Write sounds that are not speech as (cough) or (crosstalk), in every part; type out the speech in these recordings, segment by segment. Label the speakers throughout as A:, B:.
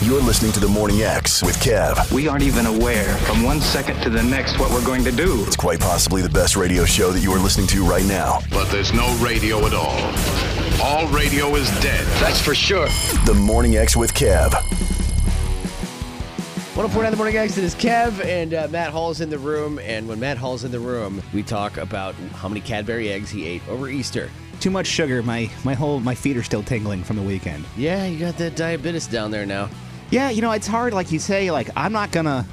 A: You're listening to The Morning X with Kev.
B: We aren't even aware from one second to the next what we're going to do.
A: It's quite possibly the best radio show that you are listening to right now.
C: But there's no radio at all. All radio is dead. That's for sure.
A: The Morning X with Kev.
D: 1049 The Morning Exit is Kev, and uh, Matt Hall's in the room. And when Matt Hall's in the room, we talk about how many Cadbury eggs he ate over Easter.
E: Too much sugar. My my whole my feet are still tingling from the weekend.
D: Yeah, you got that diabetes down there now.
E: Yeah, you know it's hard. Like you say, like I'm not gonna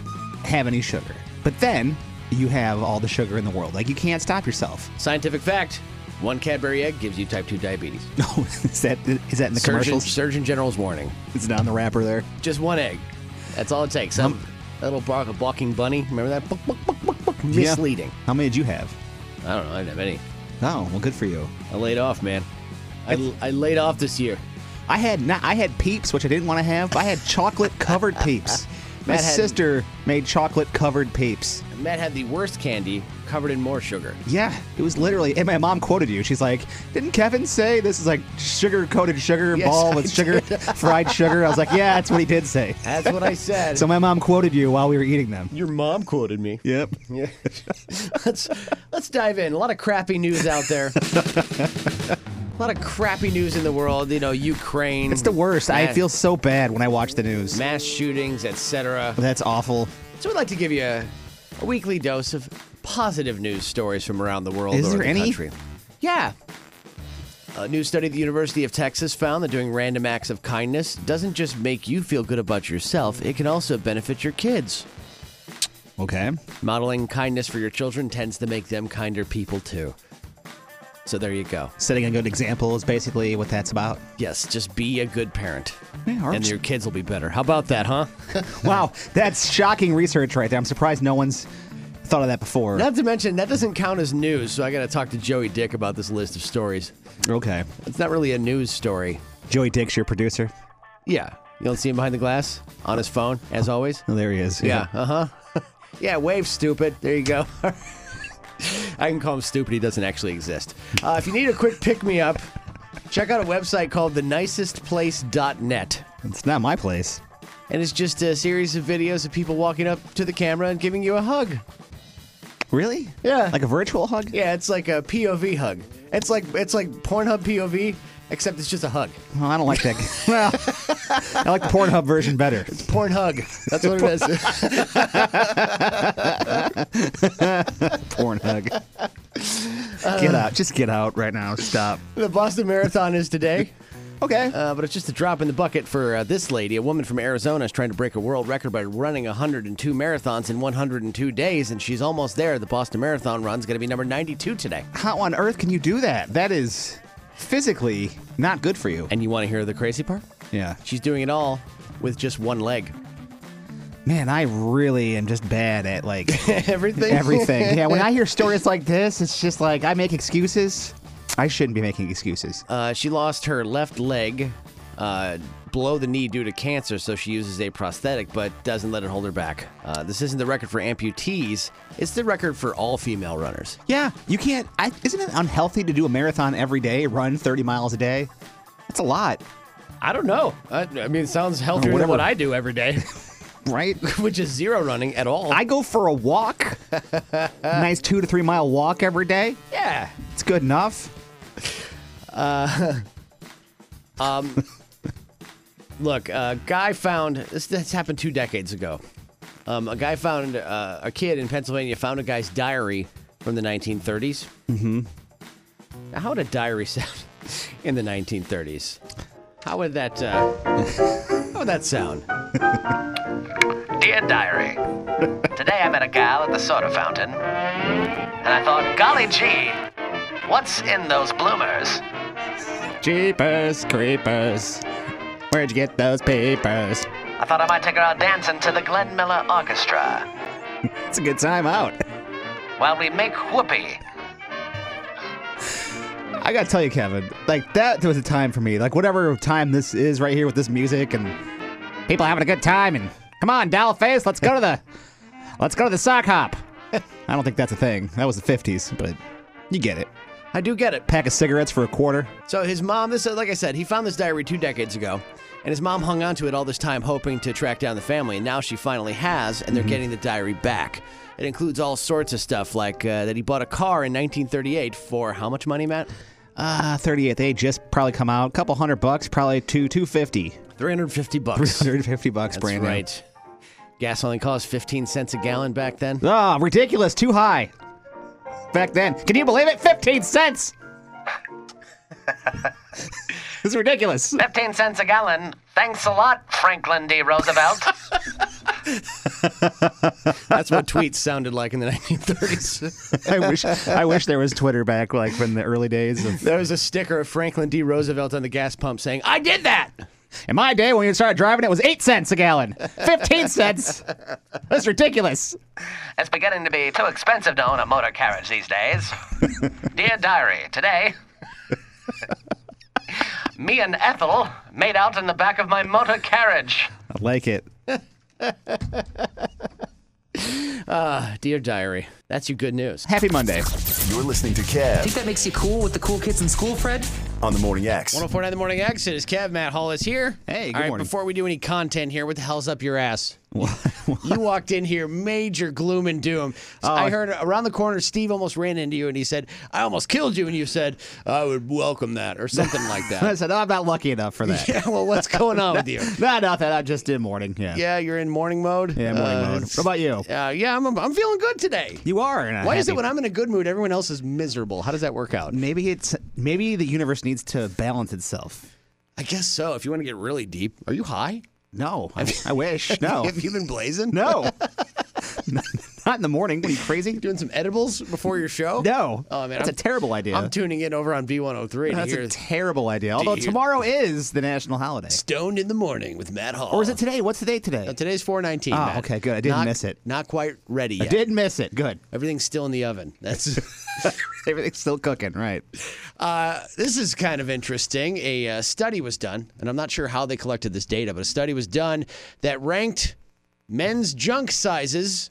E: have any sugar, but then you have all the sugar in the world. Like you can't stop yourself.
D: Scientific fact one Cadbury egg gives you type 2
E: (laughs)
D: diabetes.
E: (laughs) No, is that is that in the
D: Surgeon,
E: commercials?
D: Surgeon General's warning.
E: It's not on the wrapper there.
D: Just one egg. That's all it takes. Some
E: Um,
D: that little bark, a balking bunny. Remember that? Buck, buck, buck, buck, buck.
E: Yeah.
D: Misleading.
E: How many did you have?
D: I don't know. I didn't have any.
E: Oh, well, good for you.
D: I laid off, man. I, I laid off this year.
E: I had not. I had peeps, which I didn't want to have. but I had chocolate covered (laughs) peeps. My
D: Matt had-
E: sister made chocolate covered peeps.
D: Matt had the worst candy covered in more sugar.
E: Yeah, it was literally. And my mom quoted you. She's like, "Didn't Kevin say this is like sugar coated sugar
D: Yes,
E: ball
D: I
E: with sugar, fried sugar?" I was like, "Yeah, that's what he did say."
D: That's what I
E: (laughs)
D: said.
E: So my mom quoted you while we were eating them.
D: Your mom quoted me.
E: Yep.
D: Yeah. (laughs) let's let's dive in. A lot of crappy news out
E: (laughs)
D: there. A lot of crappy news in the world. You know, Ukraine.
E: It's the worst. I
D: mass-
E: feel so bad when I watch the news.
D: mass shootings, etc.
E: That's awful.
D: So we'd like to give you a, a weekly dose of positive news stories from around the world.
E: Is
D: or
E: there
D: the
E: any?
D: Country. Yeah. A new study at the University of Texas found that doing random acts of kindness doesn't just make you feel good about yourself, it can also benefit your kids.
E: Okay.
D: Modeling kindness for your children tends to make them kinder people too. So there you go.
E: Setting a good example is basically what that's about.
D: Yes, just be a good parent.
E: Yeah, or
D: and
E: just-
D: your kids will be better. How about that, huh?
E: Wow, that's shocking research right there. I'm surprised no one's thought of that before.
D: Not to mention, that doesn't count as news, so I got to talk to Joey Dick about this list of stories.
E: Okay.
D: It's not really a news story.
E: Joey Dick's your producer.
D: Yeah. You don't see him behind the glass on his phone, as always?
E: Oh, there he is. (laughs)
D: Yeah, uh huh. yeah, wave, stupid. There you go. (laughs) I can call him stupid. He doesn't actually exist. Uh, if you need a quick pick me up, check out a website called thenicestplace.net.
E: It's not my place.
D: And it's just a series of videos of people walking up to the camera and giving you a hug.
E: Really?
D: Yeah.
E: Like a virtual hug?
D: Yeah, it's like a POV hug. It's like it's like Pornhub POV, except it's just a hug.
E: Well, I don't like that. (laughs) well, I like the Pornhub version better.
D: Porn hug. That's what it is. (laughs)
E: Pornhub. (laughs) get out. Just get out right now. Stop.
D: the Boston Marathon is today.
E: Okay.
D: Uh, but it's just a drop in the bucket for uh, this lady. A woman from Arizona is trying to break a world record by running 102 marathons in 102 days, and she's almost there. The Boston Marathon run's going to be number 92 today.
E: How on earth can you do that? That is physically not good for you.
D: And you want to hear the crazy part?
E: Yeah.
D: She's doing it all with just one leg.
E: Man, I really am just bad at (laughs) like
D: Everything.
E: (laughs) everything. Yeah, when I hear stories like this, it's just like I make excuses. I shouldn't be making excuses.
D: Uh, she lost her left leg uh, below the knee due to cancer, so she uses a prosthetic, but doesn't let it hold her back. Uh, this isn't the record for amputees; it's the record for all female runners.
E: Yeah, you can't. I, isn't it unhealthy to do a marathon every day, run 30 miles a day? That's a lot,
D: I don't know. I, I mean, it sounds healthier than
E: whatever.
D: what I do every day, (laughs)
E: right? (laughs)
D: which is zero running at all.
E: I go for a (laughs) walk, nice two to three mile walk every day.
D: yeah.
E: It's good enough.
D: Look, a guy found this. This happened two decades ago. Um, a guy found uh, a kid in Pennsylvania found a guy's diary from the 1930s. Mm-hmm. Now, how would a diary (laughs) sound in the 1930s? How would that? Uh, how would that sound?
F: Dear Diary, today I met a gal at the soda fountain, and I thought, golly gee, what's in those bloomers?
E: Jeepers, creepers. Where'd you get those papers?
F: I thought I might take her out dancing to the Glenn Miller Orchestra
E: It's a good time out.
F: while we make whoopee.
E: I gotta tell you, Kevin, like that was a time for me. Like whatever time this is right here with this music and people having a good time and come on, doll face, let's go to the (laughs) let's go to the sock (laughs) hop. I don't think that's a thing. That was the fifties, but you get it.
D: I do get it.
E: Pack of cigarettes for a quarter.
D: So his mom, this like I said, he found this diary two decades ago, And his mom hung on to it all this time, hoping to track down the family. And now she finally has, and they're
E: Mm-hmm.
D: getting the diary back. It includes all sorts of stuff, like uh, that he bought a car in 1938 for how much money, Matt?
E: Uh, 38th. They just probably come out. couple hundred bucks, probably two, (laughs) 250.
D: 350 bucks.
E: 350 bucks,
D: That's
E: brand new.
D: right. Gas only cost 15 cents a gallon back then.
E: (laughs) Ah, ridiculous. Too high. Back then. Can you believe it? 15 cents. (laughs) It's ridiculous.
F: 15 cents a gallon. Thanks a lot, Franklin D. Roosevelt.
D: That's what tweets sounded like in the
E: (laughs)
D: 1930s.
E: (laughs) I wish I wish there was Twitter back like when the early days of
D: there was a sticker of Franklin D. Roosevelt on the gas pump saying, I did that!
E: In my day, when you started driving, it was eight cents a gallon, fifteen cents. That's ridiculous.
F: it's beginning to be too expensive to own a motor carriage these days. Dear Diary, today, me and Ethel made out in the back of my motor carriage.
E: I like it.
D: Dear diary, that's your good news.
E: Happy Monday.
A: You're listening to Kev
G: Think that makes you cool with the cool kids in school, Fred?
A: on the Morning X.
D: 1049 The Morning X. It is Kev. Matt Hall is here.
E: Hey, good
D: All right,
E: morning.
D: before we do any content here, what the hell's up your ass? (laughs) you walked in here, major gloom and doom. Oh, I heard around the corner, Steve almost ran into you and he said, I almost killed you. And you said, I would welcome that or something like
E: I
D: (laughs) that.
E: said, oh, I'm not lucky enough for (laughs) that.
D: yeah, well, what's going on (laughs) with you?
E: Not nothing. I just did morning. Yeah.
D: Yeah, you're in morning mode.
E: Yeah, morning
D: Uh,
E: mode. What about you?
D: Uh, yeah, I'm, I'm feeling good today.
E: You are. and I'm
D: Why is it
E: happy.
D: when I'm in a good mood, everyone else is miserable? How does that work out?
E: Maybe it's maybe the universe needs to balance itself.
D: I guess so. If you want to get really deep, are you high?
E: No, I, I wish.
D: (laughs)
E: No,
D: Have you been blazing?
E: no.
D: (laughs)
E: not in the morning. What are you crazy?
D: Doing some edibles before your show?
E: No.
D: Oh, man.
E: That's a terrible idea.
D: I'm tuning in over on B103 to
E: That's
D: hear
E: a terrible idea. Although
D: you-
E: tomorrow is the national holiday,
D: Stoned in the Morning with Matt Hall.
E: or is it today? What's the date today?
D: Uh, Today's 419.
E: Oh,
D: Matt.
E: okay, good. I didn't
D: Not-
E: miss it.
D: Not quite ready
E: I
D: yet.
E: did miss it. Good. (laughs)
D: Everything's still in the oven. That's. (laughs)
E: Everything's still cooking, right?
D: Uh, this is kind of interesting. A uh, study was done, and I'm not sure how they collected this data, but a study was done that ranked men's junk sizes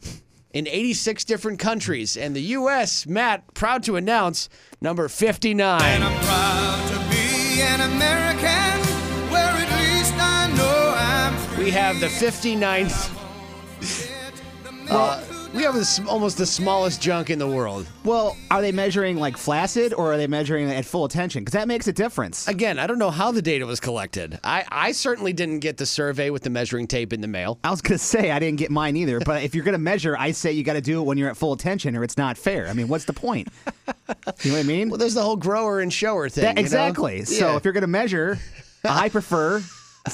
D: in 86 different countries. And the U.S., Matt, proud to announce, number 59.
H: I'm proud to be an American, where at least I know I'm free.
D: We have the 59th. Uh, we have the, s- almost the smallest junk in the world.
E: Well, are they measuring like flaccid or are they measuring at full attention? Because that makes a difference.
D: Again, I don't know how the data was collected. I, I certainly didn't get the survey with the measuring tape in the mail.
E: I was gonna say I didn't get mine either, but if you're gonna measure, I say you got to do it when you're at full attention, or it's not fair. I mean, what's the point? you know what I mean?
D: Well, there's the whole grower and shower thing.
E: That-
D: you know?
E: exactly. So
D: Yeah.
E: if you're gonna measure, I prefer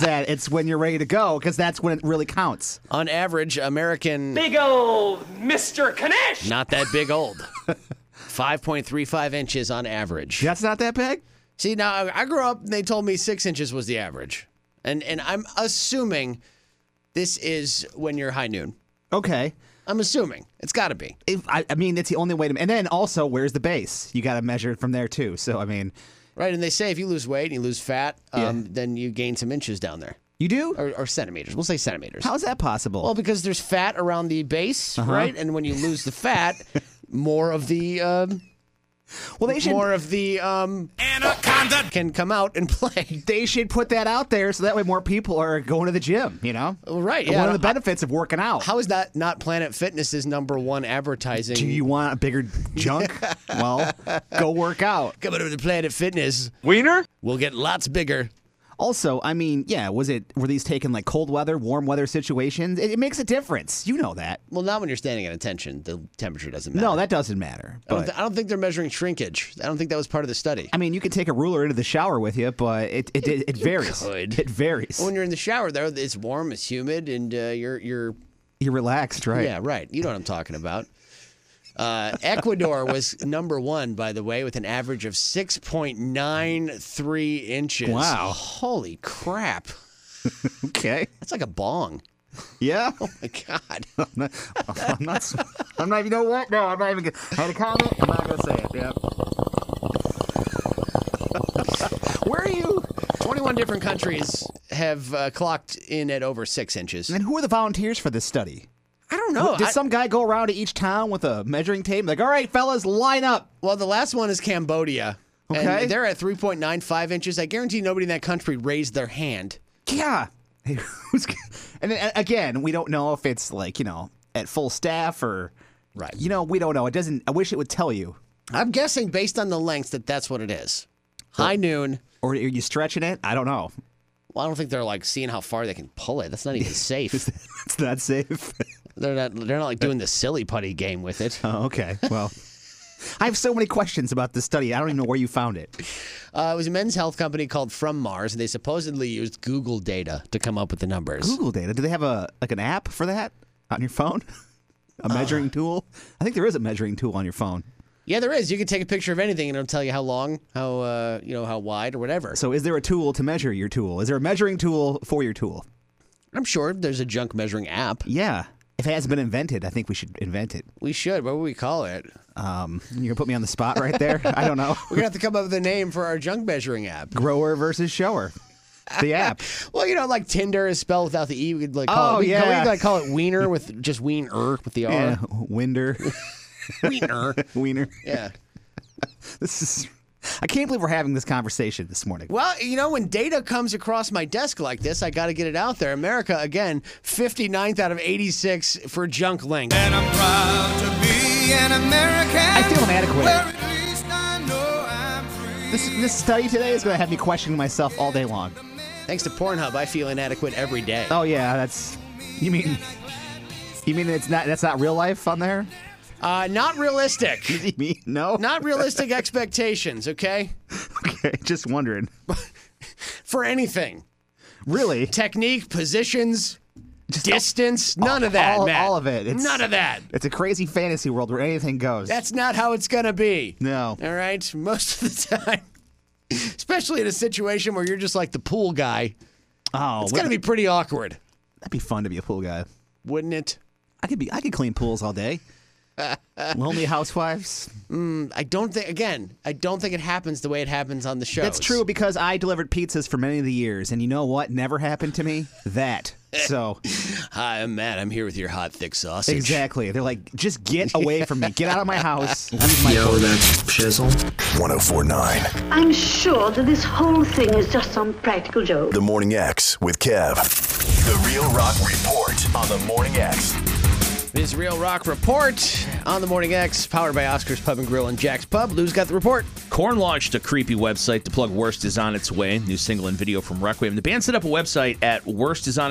E: that it's when you're ready to go because that's when it really counts.
D: On average, American.
I: Big old Mr. Kanish!
D: Not that big old.
E: (laughs)
D: 5.35 inches on average.
E: That's not that big.
D: See, now I- I grew up and they told me six inches was the average. And, and I'm assuming this is when you're high noon.
E: Okay.
D: I'm assuming. It's got to be.
E: If, I, I mean, it's the only way to. And then also, where's the base? You got to measure it from there too. So I mean,
D: Right. And they say if you lose weight and you lose fat, um, then you gain some inches down there
E: you do.
D: or, or centimeters. We'll say centimeters.
E: How Uh-huh. is that possible?
D: well, because there's fat around the base, right? And when you lose the fat, more of the um,
E: well, they should.
D: more of the um,
H: Anaconda.
D: can come out and (laughs) play.
E: they should put that out there so that way more people are going to the gym, you know?
D: Well, right,
E: One
D: yeah.
E: of the benefits of working out.
D: How is that not Planet Fitness's number one advertising?
E: do you want a bigger
D: (laughs)
E: junk? well, go work out.
D: come over to Planet Fitness? Wiener? We'll get lots bigger.
E: Also, I mean, yeah, was it were these taken like cold weather, warm weather situations? It, it makes a difference. You know that.
D: Well, not when you're standing at attention. The temperature doesn't matter.
E: No, that doesn't matter.
D: I don't,
E: But
D: th- I don't think they're measuring shrinkage. I don't think that was part of the study.
E: I mean, you could take a ruler into the shower with you, but it it, it, it varies.
D: could.
E: It varies.
D: When you're in the shower, though, it's warm, it's humid, and uh, you're you're
E: You're relaxed, right?
D: yeah, right. You know what I'm talking about. Uh, Ecuador was number one, by the way, with an average of 6.93 inches.
E: Wow.
D: Holy crap!
E: Okay.
D: That's like a bong.
E: Yeah. (laughs)
D: My God.
E: I'm not. I'm not. s- I'm not. You know what? No, I'm not even. Gonna, I had a comment. I'm not gonna say it. Yeah. (laughs)
D: Where are you? 21 different countries have uh, clocked in at over six inches.
E: And who are the volunteers for this study?
D: I don't know.
E: Did
D: I-
E: some guy go around to each town with a measuring tape? Like, all right, fellas, line up.
D: well, the last one is Cambodia.
E: Okay.
D: And they're at 3.95 inches. I guarantee nobody in that country raised their hand
E: yeah. (laughs) Who's- and then, a- again, we don't know if it's like, you know, at full staff or.
D: Right.
E: You know, we don't know. It doesn't. I wish it would tell you.
D: I'm guessing based on the length that that's what it is. High noon.
E: Or are you stretching it? I don't know. (laughs)
D: Well, I don't think they're like seeing how far they can pull it. That's not even safe.
E: It's not safe. (laughs)
D: they're not. They're not like doing the silly putty game with it.
E: oh, okay. Well, I have so many questions about this study. I don't even know where you found it.
D: Uh, it was a men's health company called From Mars, and they supposedly used Google data to come up with the numbers.
E: Google data. Do they have a like an app for that on your phone? (laughs) a measuring tool? I think there is a measuring tool on your phone.
D: Yeah, there is. You can take a picture of anything, and it'll tell you how long, how uh, you know, how wide, or whatever.
E: So is there a tool to measure your tool? Is there a measuring tool for your tool?
D: I'm sure there's a junk measuring app.
E: Yeah. If it hasn't been invented, I think we should invent it.
D: We should. What would we call it?
E: Um, you're gonna put me on the spot right there. I don't (laughs) know.
D: We're gonna have to come up with a name for our junk measuring app.
E: Grower versus shower. The (laughs) app.
D: (laughs) Well, you know, like Tinder is spelled without the e. We could like call
E: Oh,
D: it. We could call- we
E: yeah.
D: could, like call it Wiener
E: (laughs)
D: with just Wiener with the r.
E: Yeah. Winder. (laughs)
D: Wiener.
E: Wiener.
D: Yeah.
E: This is. I can't believe we're having this conversation this morning.
D: Well, you know, when data comes across my desk like this, I got to get it out there. America, again, 59th out of 86 for junk length.
H: And I'm proud to be an American.
E: I feel inadequate.
H: Where at least I know I'm free.
E: This this study today is gonna have me questioning myself all day long.
D: Thanks to Pornhub, I feel inadequate every day.
E: Oh yeah, that's. You mean? You mean it's not? That's not real life on (laughs) there?
D: Uh, not realistic.
E: (laughs) You mean no?
D: Not realistic expectations, okay?
E: Okay, just wondering.
D: For anything.
E: Really?
D: Technique, positions, distance, none of that,
E: all-
D: Matt.
E: all of it. It's-
D: none of that.
E: It's a crazy fantasy world where anything goes.
D: That's not how it's going to be.
E: No.
D: All right? Most of the time. (laughs) Especially in a situation where you're just like the pool guy.
E: oh,
D: It's
E: what-
D: going to be pretty awkward,
E: that'd be fun to be a pool guy.
D: wouldn't it?
E: I could be. I could clean pools
D: (laughs)
E: all day. Lonely housewives.
D: I don't think again, I don't think it happens the way it happens on the show.
E: That's true because I delivered pizzas for many of the years, and you know what? Never happened to me. That.
D: (laughs)
E: So
D: Hi, I'm Matt. I'm here with your hot thick sausage.
E: exactly. They're like, just get
D: (laughs)
E: away from me. Get out of my house. Leave my.
G: Yo, that's shizzle.
A: 1049.
J: I'm sure that this whole thing is just some practical joke.
A: The Morning X with Kev. The Real Rock Report on The Morning X.
D: This is Real Rock Report on the Morning X, powered by Oscar's Pub and Grill and Jack's Pub. Lou's got the report.
K: Korn launched a creepy website. The plug Worst is on its way. New single and video from Requiem. The band set up a website at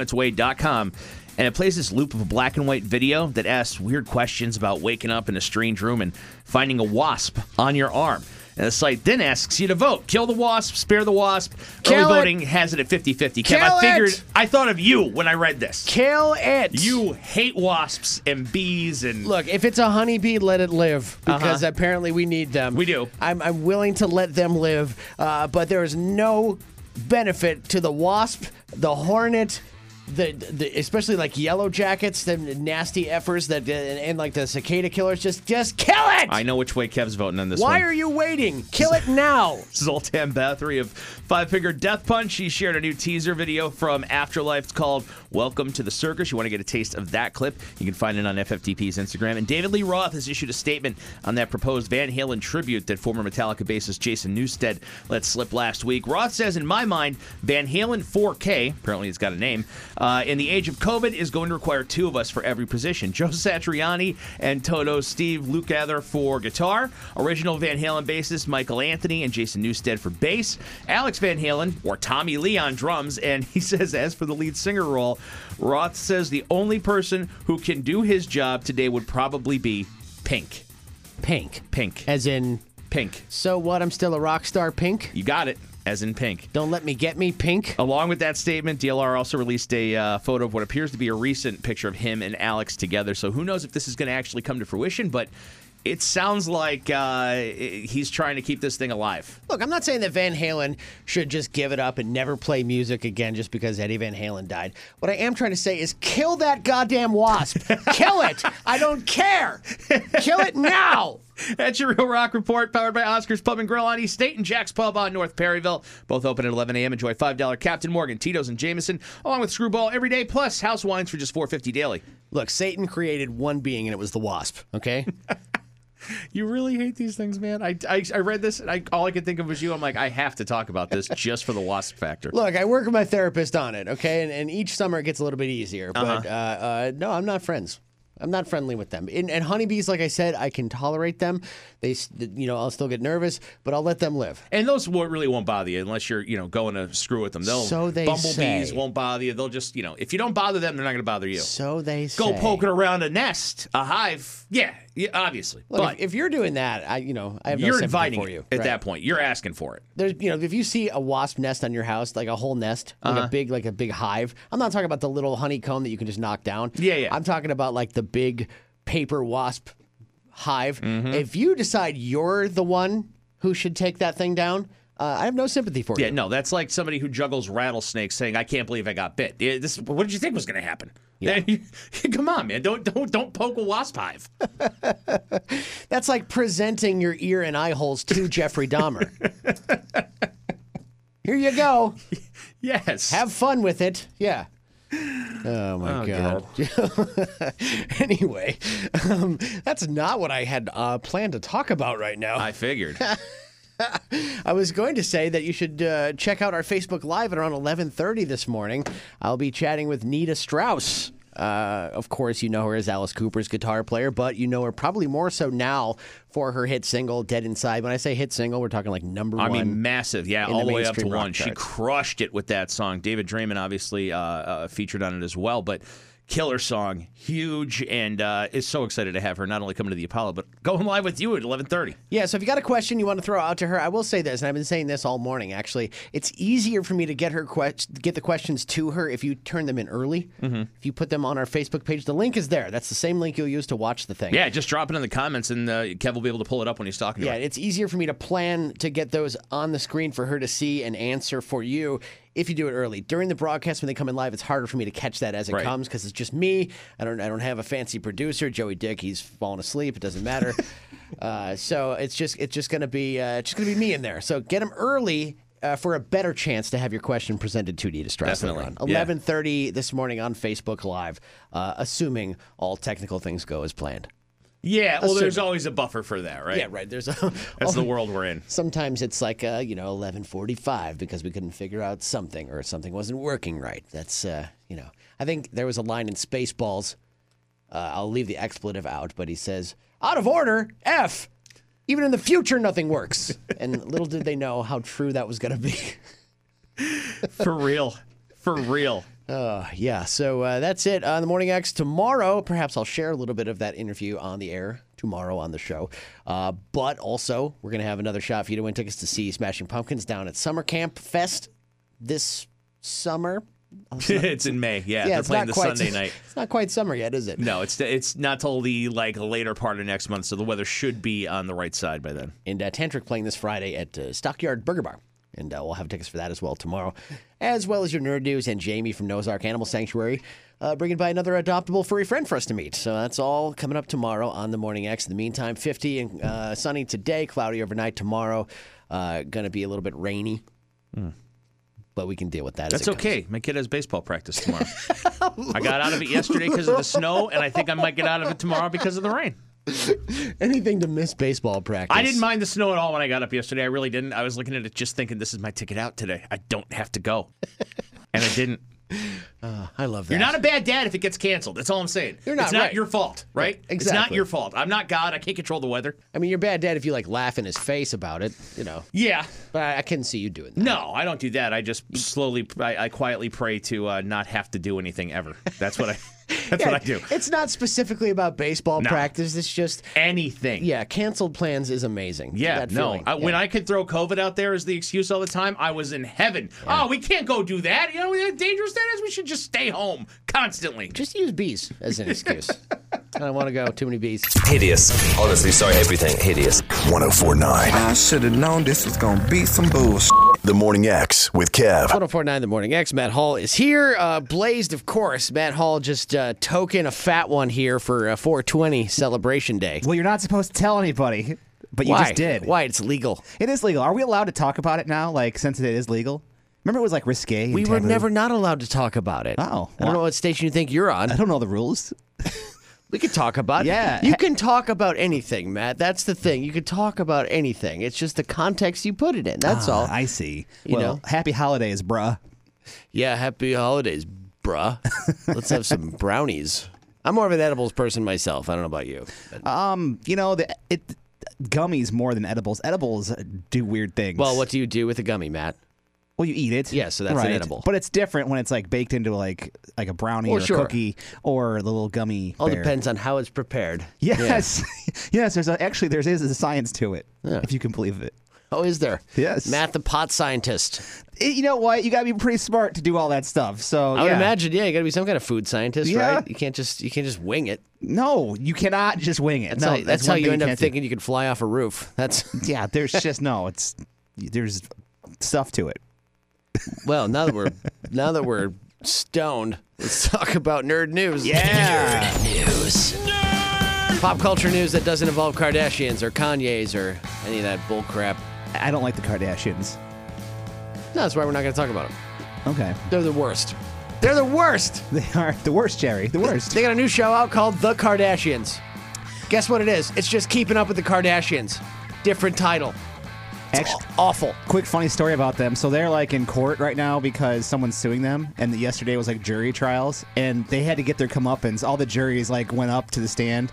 K: worstisonitsway.com and it plays this loop of a black and white video that asks weird questions about waking up in a strange room and finding a wasp on your arm. And the site then asks you to vote. Kill the wasp, spare the wasp.
D: Kill it.
K: Early voting has it at 50-50. Kev,
D: Kill
K: I
D: it.
K: figured I thought of you when I read this.
D: Kill it.
K: You hate wasps and bees and
D: Look, if it's a honeybee, let it live because
K: Uh-huh.
D: apparently we need them.
K: We do.
D: I'm, I'm willing to let them live, uh, but there is no benefit to the wasp, the hornet, the, the especially like yellow jackets, the nasty effers that and, and like the cicada killers. Just just kill it.
K: I know which way Kev's voting on this one.
D: Why are you waiting? Kill it now.
K: Zoltan Bathory of Five Finger Death Punch. He shared a new teaser video from Afterlife. It's called Welcome to the Circus. You want to get a taste of that clip? You can find it on FFTP's Instagram. And David Lee Roth has issued a statement on that proposed Van Halen tribute that former Metallica bassist Jason Newsted let slip last week. Roth says, in my mind, Van Halen 4K, apparently it's got a name, uh, in the age of COVID is going to require two of us for every position. (laughs) Joe Satriani and Toto Steve Lukather for guitar, original Van Halen bassist Michael Anthony and Jason Newsted for bass, Alex Van Halen or Tommy Lee on drums, and (laughs) he says as for the lead singer role, Roth says the only person who can do his job today would probably be Pink.
D: Pink.
K: Pink.
D: As in,
K: Pink.
D: so what? I'm still a rock star. Pink.
K: You got it, as in Pink.
D: Don't let me get me. Pink.
K: Along with that statement, DLR also released a uh, photo of what appears to be a recent picture of him and Alex together. So who knows if this is going to actually come to fruition, but it sounds like uh, i- he's trying to keep this thing alive.
D: Look, I'm not saying that Van Halen should just give it up and never play music again just because Eddie Van Halen died. What I am trying to say is kill that goddamn wasp.
K: (laughs)
D: kill it. I don't care. Kill it now.
K: That's your Real Rock Report, powered by Oscars Pub and Grill on East State and Jack's Pub on North Perryville. Both open at 11 a.m. Enjoy $5 Captain Morgan, Tito's, and Jameson, along with Screwball every day, plus house wines for just $4.50 daily. (laughs)
D: Look, Satan created one being and it was the wasp, okay?
K: You really hate these things, man. I, I, I read this and I, all I could think of was you. I'm like, I have to talk about this just for the wasp factor.
D: Look, I work with my therapist on it, okay? And, and each summer it gets a little bit easier.
K: Uh-huh.
D: But uh, uh, no, I'm not friends. I'm not friendly with them. And, and honeybees, like I said, I can tolerate them. They, s- you know, I'll still get nervous, but I'll let them live.
K: And those wo- really won't bother you unless you're, you know, going to screw with them. They'll
D: So they
K: bumblebees
D: say.
K: won't bother you. They'll just, you know, if you don't bother them, they're not going to bother you.
D: So they
K: Go
D: say.
K: poking around a nest, a hive. Yeah, yeah obviously.
D: Look,
K: but
D: if, if you're doing that, I, you know, I have no
K: you're
D: sympathy
K: inviting
D: for
K: it
D: you
K: at
D: Right.
K: that point. You're asking for it.
D: There's, you know, if you see a wasp nest on your house, like a whole nest, like
K: Uh-huh.
D: a big, like a big hive. I'm not talking about the little honeycomb that you can just knock down.
K: Yeah, yeah.
D: I'm talking about like the big paper wasp hive.
K: Mm-hmm.
D: If you decide you're the one who should take that thing down, uh, I have no sympathy for
K: Yeah,
D: you.
K: no, that's like somebody who juggles rattlesnakes saying, "I can't believe I got bit." Yeah, this, what did you think was going to happen? (laughs) Come on, man! Don't don't don't poke a
D: (laughs)
K: wasp hive.
D: That's like presenting your ear and eye holes
K: (laughs)
D: to Jeffrey Dahmer. Here you go.
K: Yes.
D: Have fun with it. Yeah. Oh my god. (laughs) anyway, um, that's not what I had uh, planned to talk about right now.
K: (laughs) I figured.
D: I was going to say that you should uh, check out our Facebook Live at around 11:30 this morning. I'll be chatting with Nita Strauss. Uh, of course, you know her as Alice Cooper's guitar player, but you know her probably more so now for her hit single "Dead Inside." When I say hit single, we're talking like number
K: I
D: one.
K: mean, massive. Yeah,
D: in
K: all
D: the
K: the way up to
D: mainstream rock
K: one. She
D: charts.
K: crushed it with that song. David Draymond obviously uh, uh, featured on it as well, but killer song, huge, and uh, is so excited to have her not only coming to the Apollo but going live with you at eleven thirty.
D: Yeah, so if you got a question you want to throw out to her, I will say this, and I've been saying this all morning. Actually, it's easier for me to get her que- get the questions to her if you turn them in early. If you put them on our Facebook page, the link is there. That's the same link you'll use to watch the thing.
K: Yeah, just drop it in the comments, and uh, Kev will be able to pull it up when he's talking. to
D: Yeah,
K: her.
D: it's easier for me to plan to get those on the screen for her to see and answer for you if you do it early. During the broadcast when they come in live, it's harder for me to catch that as it
K: Right.
D: comes because it's just me. I don't I don't have a fancy producer. Joey Dick, he's falling asleep. It doesn't matter.
K: (laughs)
D: uh, so it's just it's just gonna be uh, it's just gonna be me in there. So get them early. Uh, for a better chance to have your question presented to you to stress
K: Definitely,
D: on.
K: yeah.
D: 11.30 this morning on facebook live uh, assuming all technical things go as planned
K: yeah. Well, there's always a buffer for that, right?
D: yeah right Oh. there's a, (laughs)
K: That's the world we're in.
D: Sometimes it's like uh, you know eleven forty five because we couldn't figure out something or something wasn't working right. That's uh, you know I think there was a line in Spaceballs. Uh, I'll leave the expletive out, but he says out of order F. Even in the future, nothing works. (laughs) and little did they know how true that was going to be.
K: For real. For real.
D: (laughs) yeah, so uh, that's it on the Morning X tomorrow. Perhaps I'll share a little bit of that interview on the air tomorrow on the show. Uh, but also, we're going to have another shot for you to win tickets to see Smashing Pumpkins down at Summer Camp Fest this summer.
K: (laughs) it's in May. Yeah, they're
D: it's not
K: playing the
D: quite- (laughs)
K: Sunday night.
D: It's not quite summer yet, is it?
K: No, it's it's not till the like later part of next month, so the weather should be on the right side by then.
D: and uh, Tantric playing this Friday at uh, Stockyard Burger Bar. And uh, we'll have tickets for that as well tomorrow, as well as your nerd news and Jamie from Noah's Ark Animal Sanctuary uh, bringing by another adoptable furry friend for us to meet. So that's all coming up tomorrow on the Morning X. In the meantime, 50 and uh, sunny today, cloudy overnight tomorrow. Uh, gonna be a little bit rainy, but we can deal with that. as
K: Hmm. That's
D: it comes.
K: okay. My kid has baseball practice tomorrow.
D: (laughs)
K: I got out of it yesterday because of the snow, and I think I might get out of it tomorrow because of the rain.
D: Anything to miss baseball practice?
K: I didn't mind the snow at all when I got up yesterday. I really didn't. I was looking at it just thinking, this is my ticket out today. I don't have
D: (laughs)
K: to go. And I didn't.
D: I love that.
K: You're not a bad dad if it gets canceled. That's all I'm saying.
D: You're not,
K: it's not
D: right.
K: your fault, right? It's not
D: exactly.
K: your fault. I'm not God. I can't control the weather.
D: I mean, you're a bad dad if you like laugh in his face about it, you know.
K: Yeah.
D: But I, I can see you doing that.
K: No, I don't do that. I just slowly, I, I quietly pray to uh, not have to do anything ever. That's what I. (laughs) That's
D: Yeah,
K: what I do.
D: It's not specifically about baseball
K: No.
D: practice. It's just
K: Anything.
D: yeah, canceled plans is amazing.
K: Yeah.
D: That
K: No.
D: feeling.
K: I, When
D: Yeah.
K: I could throw COVID out there as the excuse all the time, I was in heaven. Oh, we can't go do that. You know how dangerous that is. We should just stay home constantly.
D: just use bees as an excuse. (laughs) I don't want to go too many bees.
L: Hideous. Honestly, sorry, everything. Hideous.
A: 1049.
H: I should have known this was gonna be some bullshit.
A: The Morning X with Kev.
D: 1049 The Morning X. Matt Hall is here. Uh, blazed, of course. Matt Hall just uh, token a fat one here for uh, 420 celebration day.
E: Well, you're not supposed to tell anybody, but you
D: Why?
E: just did.
D: Why? It's legal.
E: It is legal. Are we allowed to talk about it now? Like, since it is legal? Remember, it was like risque. and
D: We were
E: taboo?
D: never not allowed to talk about it.
E: Oh,
D: I don't
E: why?
D: know what station you think you're on.
E: I don't know the rules.
D: We could talk about
E: Yeah.
D: You can talk about anything, Matt. That's the thing. You could talk about anything. It's just the context you put it in. That's
E: Ah,
D: all.
E: I see.
D: You
E: well,
D: know.
E: happy holidays, bruh.
D: Yeah, happy holidays, bruh. Let's have
E: (laughs)
D: some brownies. I'm more of an edibles person myself. I don't know about you.
E: Um, you know, the, it gummies more than edibles. Edibles do weird things.
D: Well, what do you do with a gummy, Matt?
E: Well, you eat it.
D: Yeah, so that's an
E: right.
D: edible.
E: But it's different when it's like baked into like like a brownie
D: Well,
E: or
D: sure.
E: a cookie or the little gummy.
D: All
E: bear.
D: depends on how it's prepared.
E: Yes, (laughs) yes. There's a, actually there is a science to it, if you can believe it.
D: Oh, is there?
E: Yes.
D: Matt, the pot scientist.
E: Eh, you know what? You gotta be pretty smart to do all that stuff. So
D: I would
E: yeah.
D: imagine, yeah, you got to be some kind of food scientist,
E: Yeah.
D: right? You can't just you can't just wing it.
E: No, you cannot just wing it.
D: That's
E: no,
D: how, that's how
E: one
D: you
E: thing
D: end up
E: can't do.
D: thinking you could fly off a roof. That's
E: Yeah, there's just no. It's there's stuff to it.
D: well, now that we're now that we're stoned, let's talk about nerd news.
E: Yeah.
D: news. Pop culture news that doesn't involve Kardashians or Kanye's or any of that bull crap.
E: I don't like the Kardashians.
D: No, that's why we're not going to talk about them.
E: Okay, (laughs)
D: They're the worst. They're the worst.
E: they are the worst, Jerry. The worst.
D: They got a new show out called The Kardashians. Guess what it is? It's just Keeping Up with the Kardashians. Different title.
E: Actually,
D: Awful.
E: quick funny story about them. So they're like in court right now because someone's suing them, and yesterday was like jury trials, and they had to get their comeuppance. All the juries like went up to the stand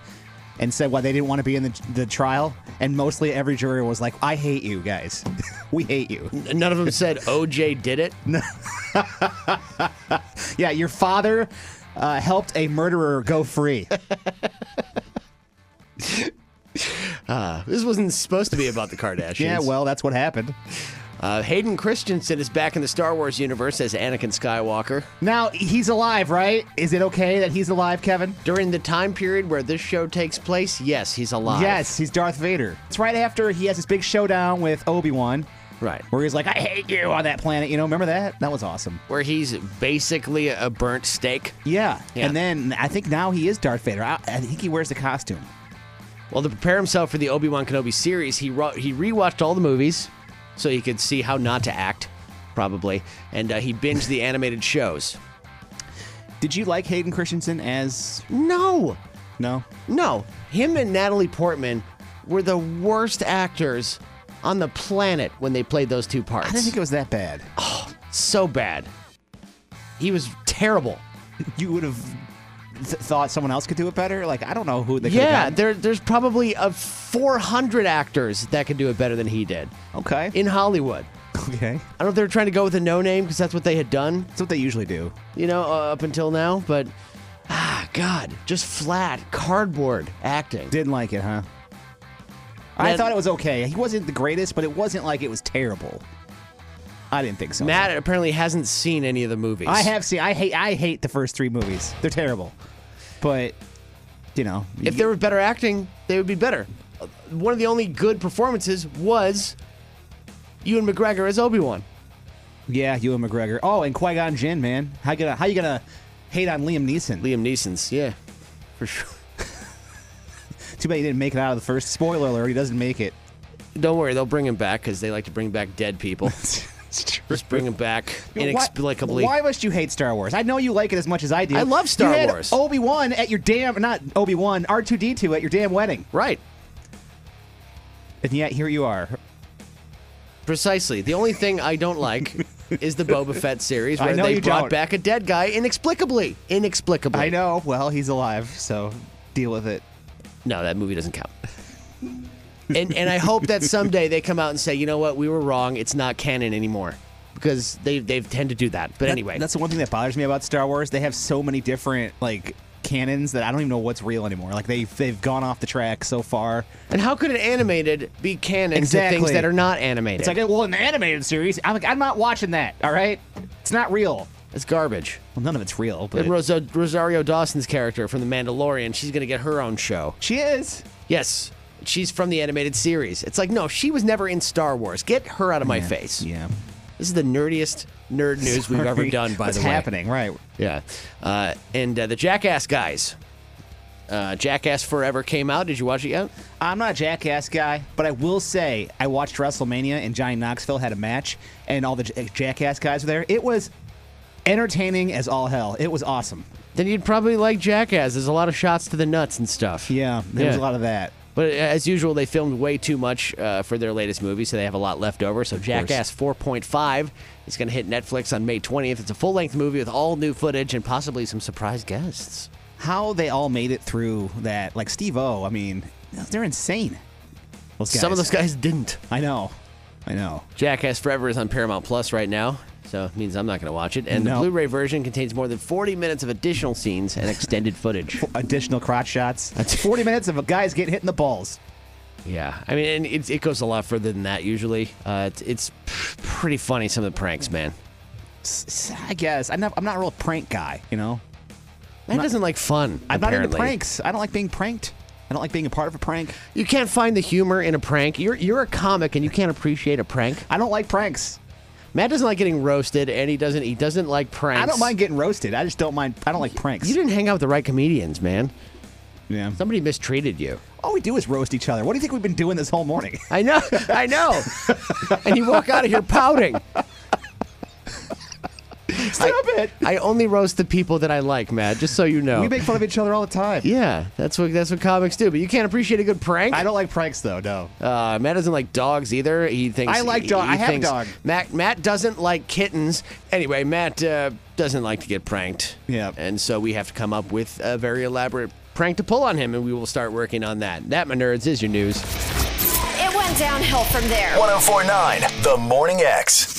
E: and said why they didn't want to be in the, the trial, and mostly every juror was like, "I hate you guys, (laughs) we hate you."
D: N- None of them
E: (laughs)
D: said OJ did it.
E: Yeah, your father uh, helped a murderer go free.
D: Uh, This wasn't supposed to be about the Kardashians.
E: yeah, well, that's what happened.
D: Uh, Hayden Christensen is back in the Star Wars universe as Anakin Skywalker.
E: Now he's alive, right? Is it okay that he's alive, Kevin?
D: During the time period where this show takes place, yes, he's alive.
E: Yes, he's Darth Vader. It's right after he has his big showdown with Obi Wan.
D: Right.
E: where he's like, "I hate you" on that planet. You know, remember that? That was awesome.
D: Where he's basically a burnt steak.
E: Yeah.
D: Yeah.
E: And then I think now he is Darth Vader. I, I think he wears the costume.
D: Well, to prepare himself for the Obi Wan Kenobi series, he ro- he rewatched all the movies so he could see how not to act, probably, and uh, he binged the animated shows.
E: Did you like Hayden Christensen as
D: No,
E: no?
D: no, him and Natalie Portman were the worst actors on the planet when they played those two parts.
E: I didn't think it was that bad.
D: so bad. He was terrible.
E: You would have th- thought someone else could do it better. Like I don't know who they. could've
D: yeah,
E: gotten.
D: there, there's probably of 400 actors that could do it better than he did
E: Okay.
D: in Hollywood.
E: okay.
D: I don't know if they were trying to go with a no name because that's what they had done,
E: That's what they usually do.
D: you know, uh, up until now. But ah, God, just flat cardboard acting.
E: Didn't like it, huh? I
D: Matt-
E: thought it was okay. He wasn't the greatest, but it wasn't like it was terrible. I didn't think so.
D: Matt apparently hasn't seen any of the movies.
E: I have seen. I hate. I hate the first three movies. They're terrible. But you know,
D: If there were better acting, they would be better. Uh, One of the only good performances was Ewan McGregor as Obi Wan.
E: yeah, Ewan McGregor. Oh, and Qui Gon Jinn, man. How gonna? How you gonna hate on Liam Neeson?
D: Liam Neeson's, yeah, for sure.
E: Too bad he didn't make it out of the first. Spoiler alert: he doesn't make it.
D: Don't worry, they'll bring him back because they like to bring back dead
E: (laughs)
D: people. Just bring him back
E: You know, why-
D: inexplicably.
E: Why, must you hate Star Wars? I know you like it as much as I do.
D: I love Star
E: you had
D: Wars.
E: Obi Wan at your damn not Obi Wan R two D two at your damn wedding,
D: Right,
E: and yet here you are.
D: precisely. The only thing I don't
E: (laughs)
D: like is the Boba Fett series
E: I
D: where
E: know
D: they
E: you
D: brought
E: don't.
D: back a dead guy inexplicably. Inexplicably.
E: I know. Well, he's alive, so deal with it.
D: No, that movie doesn't count. and and I hope that someday they come out and say, you know what, we were wrong. It's not canon anymore because they they tend to do that. But
E: That-
D: anyway,
E: that's the one thing that bothers me about Star Wars. They have so many different like canons that I don't even know what's real anymore. Like they they've gone off the track so far.
D: and how could an animated be canon
E: Exactly.
D: to things that are not animated?
E: It's like well, in the animated series, I'm like I'm not watching that. All right, it's not real.
D: it's garbage.
E: Well, none of it's real, but
D: And Rosa- Rosario Dawson's character from The Mandalorian, she's going to get her own show.
E: she is.
D: Yes, she's from the animated series. It's like, no, she was never in Star Wars. Get her out of my
E: Yeah,
D: face.
E: (laughs) Yeah.
D: This is the nerdiest nerd news we've ever
E: Sorry.
D: done, by
E: What's
D: the way.
E: happening, right?
D: Yeah. Uh, and uh, the Jackass guys. Uh, Jackass Forever came out. Did you watch it yet?
E: I'm not a jackass guy, but I will say I watched WrestleMania and Johnny Knoxville had a match, eh, and all the j- jackass guys were there. It was entertaining as all hell. It was awesome.
D: Then you'd probably like Jackass. There's a lot of shots to the nuts and stuff. Yeah,
E: there was a lot of that.
D: But as usual, they filmed way too much uh, for their latest movie, so they have a lot left over. So Jackass 4.5 is going to hit Netflix on May 20th. It's a full-length movie with all new footage and possibly some surprise guests.
E: How they all made it through that, like Steve O, I mean, they're insane. Those
D: Some of those guys didn't.
E: I know. I know.
D: Jackass Forever is on Paramount Plus right now, so it means I'm not going to watch it. And
E: No.
D: the Blu-ray version contains more than 40 minutes of additional scenes and extended
E: (laughs)
D: footage.
E: Additional
D: (laughs)
E: crotch shots. That's 40 minutes of guys getting hit in the balls.
D: Yeah, I mean, and it, it goes a lot further than that usually. Uh, it's, it's p- pretty funny some of the pranks, man.
E: S- I guess. I'm not, I'm not a real prank guy, you know?
D: That doesn't like fun.
E: I'm not into
D: apparently.
E: pranks. I don't like being pranked. I don't like being a part of a prank.
D: You can't find the humor in a prank. You're you're a comic and you can't appreciate a prank.
E: I don't like pranks.
D: Matt doesn't like getting roasted, and he doesn't he doesn't like pranks.
E: I don't mind getting roasted. I just don't mind. I don't like pranks.
D: You didn't hang out with the right comedians, man.
E: Yeah.
D: Somebody mistreated you.
E: All we do is roast each other. What do you think we've been doing this
D: (laughs)
E: whole morning?
D: I know. I know. and you walk out of here pouting.
E: Stop it.
D: I only roast the people that I like, Matt. Just so you know.
E: We make fun of each other all the time.
D: yeah, that's what that's what comics do. But you can't appreciate a good prank.
E: I don't like pranks though. No.
D: Uh, Matt doesn't like dogs either. He thinks
E: I like dog-
D: he
E: I have
D: thinks-
E: dog.
D: Matt Matt doesn't like kittens. Anyway, Matt uh, doesn't like to get pranked.
E: Yeah.
D: and so we have to come up with a very elaborate prank to pull on him, and we will start working on that. That, my nerds, is your news.
M: It went downhill from there.
A: 1049, The Morning X.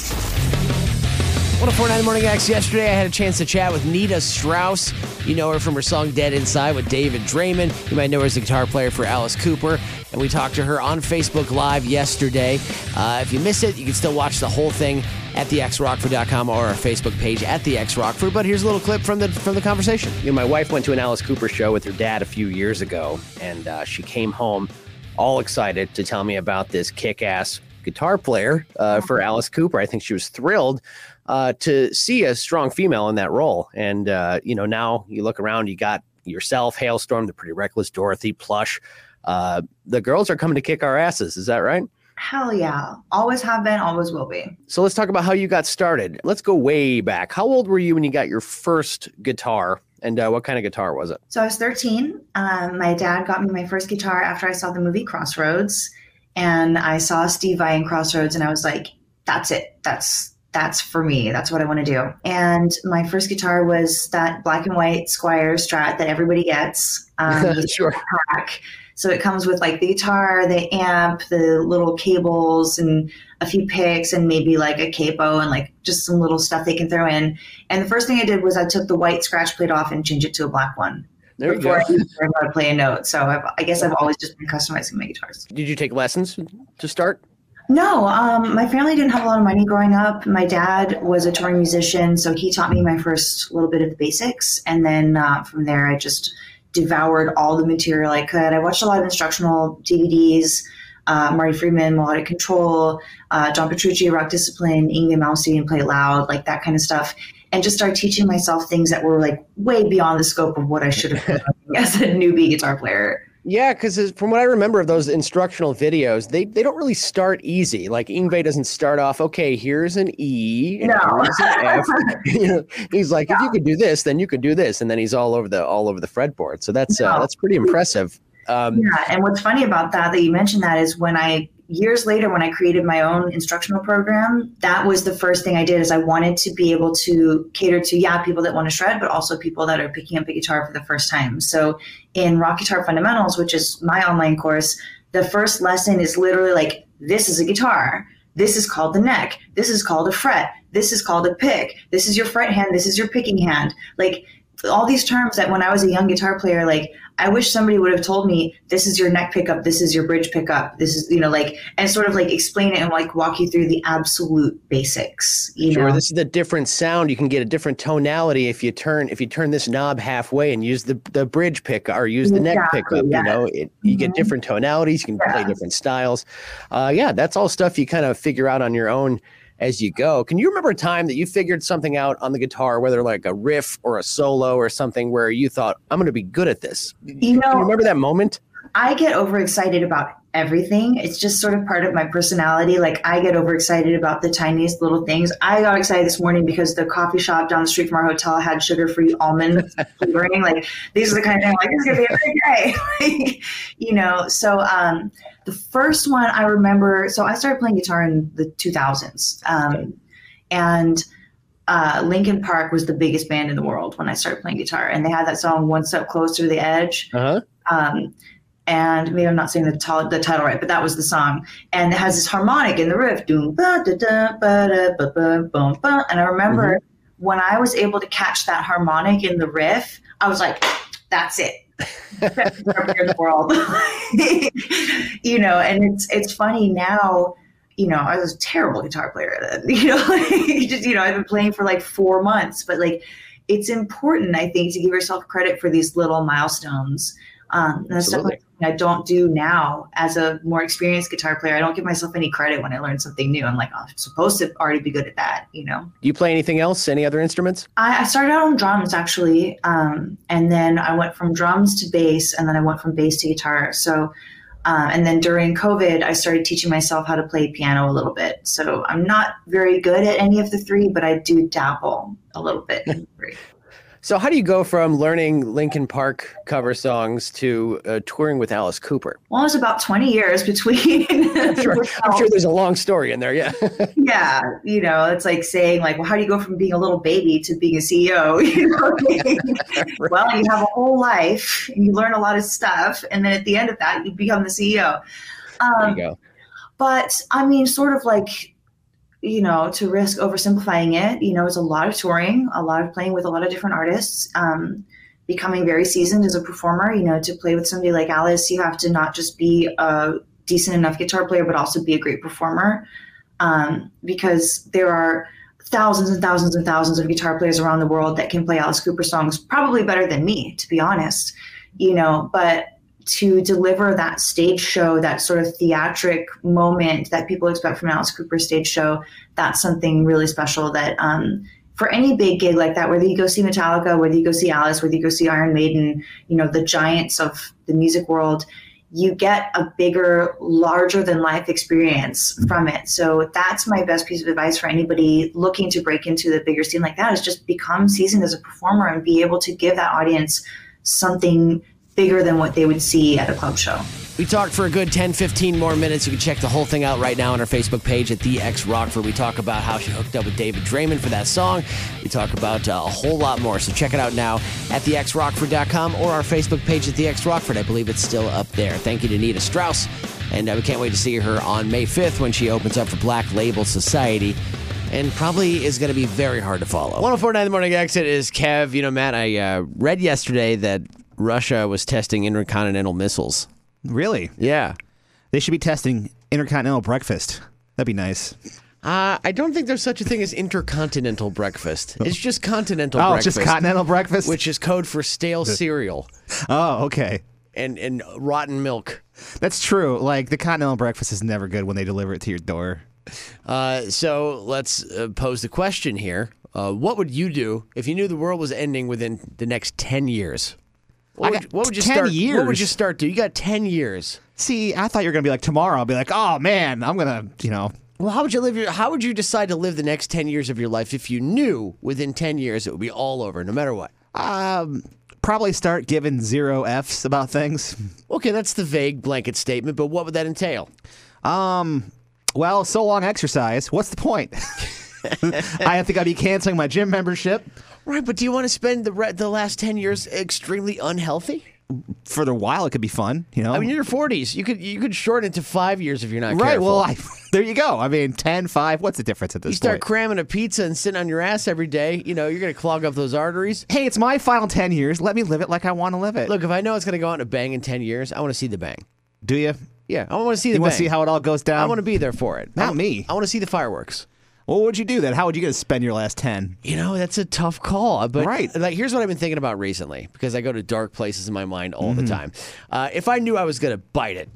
D: 1049 Morning X. Yesterday, I had a chance to chat with Nita Strauss. You know her from her song Dead Inside with David Draymond. You might know her as the guitar player for Alice Cooper. And we talked to her on Facebook Live yesterday. Uh, if you miss it, you can still watch the whole thing at thexrockford.com or our Facebook page at thexrockford. But here's a little clip from the from the conversation. You know, my wife went to an Alice Cooper show with her dad a few years ago, and uh, she came home all excited to tell me about this kick-ass guitar player uh, for Alice Cooper. I think she was thrilled uh, to see a strong female in that role. And uh, you know, now you look around, you got yourself, Hailstorm, the Pretty Reckless, Dorothy, Plush. Uh, the girls are coming to kick our asses. Is that right?
N: Hell yeah. Always have been, always will be.
D: So let's talk about how you got started. Let's go way back. How old were you when you got your first guitar, and uh, what kind of guitar was it?
N: So I was 13. Um, my dad got me my first guitar after I saw the movie Crossroads, and I saw Steve Vai in Crossroads, and I was like, "That's it. That's that's for me. That's what I want to do." And my first guitar was that black and white Squire Strat that everybody gets.
E: (laughs)
N: Um,
D: (laughs) sure.
N: Pack. So it comes with like the guitar, the amp, the little cables, and a few picks, and maybe like a capo, and like just some little stuff they can throw in. And the first thing I did was I took the white scratch plate off and changed it to a black one
D: There we
N: before
D: go.
N: I even learned how to play a note. So I've, I guess I've always just been customizing my guitars.
D: Did you take lessons to start?
N: No, um, my family didn't have a lot of money growing up. My dad was a touring musician, so he taught me my first little bit of the basics, and then uh, from there I just devoured all the material I could. I watched a lot of instructional DVDs. Uh, Marty Friedman, Melodic Control, uh, John Petrucci, Rock Discipline, Ingve Malmsteen, and Play Loud, like that kind of stuff, and just started teaching myself things that were like way beyond the scope of what I should have been doing as a newbie guitar player.
D: Yeah, because from what I remember of those instructional videos, they, they don't really start easy. Like Ingve doesn't start off, okay, here's an E and
N: No.
D: here's an F. You know, he's like, if you could do this, then you could do this, and then he's all over the all over the fretboard. So that's uh,
N: No.
D: that's pretty impressive. Um,
N: Yeah, and what's funny about that that you mentioned that is when I years later when I created my own instructional program, that was the first thing I did is I wanted to be able to cater to yeah, people that want to shred, but also people that are picking up a guitar for the first time. So in Rock Guitar Fundamentals, which is my online course, the first lesson is literally like this is a guitar. This is called the neck. This is called a fret. This is called a pick. This is your fret hand. This is your picking hand. Like all these terms that when I was a young guitar player, like I wish somebody would have told me this is your neck pickup, this is your bridge pickup, this is you know like and sort of like explain it and like walk you through the absolute basics. You
D: sure,
N: know,
D: this is a different sound. You can get a different tonality if you turn if you turn this knob halfway and use the the bridge pick or use the neck
N: Exactly,
D: pickup. You
N: yes. Mm-hmm.
D: know, it, you get different tonalities. You can play different styles. Uh, yeah, that's all stuff you kind of figure out on your own as you go. Can you remember a time that you figured something out on the guitar, whether like a riff or a solo or something, where you thought I'm going to be good at this?
N: You know-
D: Can you remember that moment?
N: I get overexcited about everything. It's just sort of part of my personality. Like I get overexcited about the tiniest little things. I got excited this morning because the coffee shop down the street from our hotel had sugar-free almond flavoring. Like these are the kind of things I'm like this is gonna be a great day. (laughs) like, you know, so um, the first one I remember. So I started playing guitar in the 2000s, um, and uh, Linkin Park was the biggest band in the world when I started playing guitar, and they had that song "One Step Closer to the Edge."
D: Uh-huh.
N: Um, and maybe I'm not saying the, t- the title right, but that was the song. And it has this harmonic in the riff, doom ba da da ba da ba ba boom ba. And I remember when I was able to catch that harmonic in the riff, I was like, "That's it." (laughs) Best drummer in the world, (laughs) you know. And it's it's funny now. You know, I was a terrible guitar player. Then, (laughs) you know, like, just you know, I've been playing for like four months, but like, it's important, I think, to give yourself credit for these little milestones. Um, and that's
D: Absolutely.
N: definitely something I don't do now as a more experienced guitar player. I don't give myself any credit when I learn something new. I'm like, oh, I'm supposed to already be good at that, you know.
D: Do you play anything else? Any other instruments?
N: I, I started out on drums actually, um, and then I went from drums to bass, and then I went from bass to guitar. So, uh, and then during COVID, I started teaching myself how to play piano a little bit. So I'm not very good at any of the three, but I do dabble a little bit. in
D: (laughs)
N: three.
D: So, how do you go from learning Linkin Park cover songs to uh, touring with Alice Cooper?
N: Well, it was about 20 years between. (laughs)
D: I'm sure, I'm sure there's a long story in there. Yeah. (laughs)
N: yeah, you know, it's like saying like, well, how do you go from being a little baby to being a CEO? (laughs) You know what I mean? Well, you have a whole life and you learn a lot of stuff, and then at the end of that, you become the E CEO. Um,
D: there you go.
N: but I mean, sort of like, you know, to risk oversimplifying it, you know, it's a lot of touring, a lot of playing with a lot of different artists, um, becoming very seasoned as a performer. You know, to play with somebody like Alice, you have to not just be a decent enough guitar player, but also be a great performer, um, because there are thousands and thousands and thousands of guitar players around the world that can play Alice Cooper songs probably better than me, to be honest. You know, but to deliver that stage show, that sort of theatric moment that people expect from an Alice Cooper stage show, that's something really special that um, for any big gig like that, whether you go see Metallica, whether you go see Alice, whether you go see Iron Maiden, you know, the giants of the music world, you get a bigger, larger than life experience from it. So that's my best piece of advice for anybody looking to break into the bigger scene like that is just become seasoned as a performer and be able to give that audience something bigger than what they would see at a club show.
D: We talked for a good 10, 15 more minutes. You can check the whole thing out right now on our Facebook page at The X Rockford. We talk about how she hooked up with David Draymond for that song. We talk about uh, a whole lot more. So check it out now at TheXRockford.com or our Facebook page at The X Rockford. I believe it's still up there. Thank you to Nita Strauss. And uh, we can't wait to see her on May 5th when she opens up for Black Label Society. And probably is going to be very hard to follow. 1049 The Morning Exit is Kev. You know, Matt, I uh, read yesterday that Russia was testing intercontinental missiles.
E: Really?
D: Yeah.
E: They should be testing intercontinental breakfast. That'd be nice.
D: Uh, I don't think there's such a thing as intercontinental breakfast. It's just continental
E: Oh, it's
D: breakfast.
E: just continental breakfast?
D: Which is code for stale cereal
E: Oh, okay.
D: and, and rotten milk.
E: That's true. Like the continental breakfast is never good when they deliver it to your door.
D: Uh, so let's uh, pose the question here. Uh, what would you do if you knew the world was ending within the next 10 years? What
E: I
D: would,
E: got
D: what would you
E: 10
D: start? What would
E: years.
D: you start to? You got 10 years.
E: See, I thought you were gonna be like tomorrow. I'll be like, oh man, I'm gonna, you know,
D: Well, how would you live your? How would you decide to live the next 10 years of your life if you knew within 10 years it would be all over, no matter what?
E: um, probably start giving zero f's about things.
D: Okay, that's the vague blanket statement, but what would that entail?
E: Um, well, so long exercise. What's the point? (laughs) I think I'd be canceling my gym membership
D: Right, but do you want to spend the re- the last ten years extremely unhealthy?
E: for a while. It could be fun, you know.
D: I mean, you're forties. You could you could shorten it to five years if you're not
E: right?
D: Careful.
E: Well, I, (laughs) there you go. I mean, 10, 5, What's the difference at this
D: you start
E: point?
D: cramming a pizza and sitting on your ass every day. You know, you're gonna clog up those arteries.
E: hey, it's my final ten years. Let me live it like I want to live it.
D: Look, if I know it's gonna go out in a bang in ten years, I want to see the bang.
E: do you?
D: Yeah, I want to see the
E: You
D: bang.
E: want to see how it all goes down?
D: I want to be there for it.
E: Not
D: I-
E: me.
D: I want to see the fireworks.
E: Well, what would you do then? How would you gonna spend your last ten?
D: You know, that's a tough call. uh, But
E: Right.
D: like here's what I've been thinking about recently, because I go to dark places in my mind all
E: Mm-hmm.
D: the time. Uh, if I knew I was gonna bite it,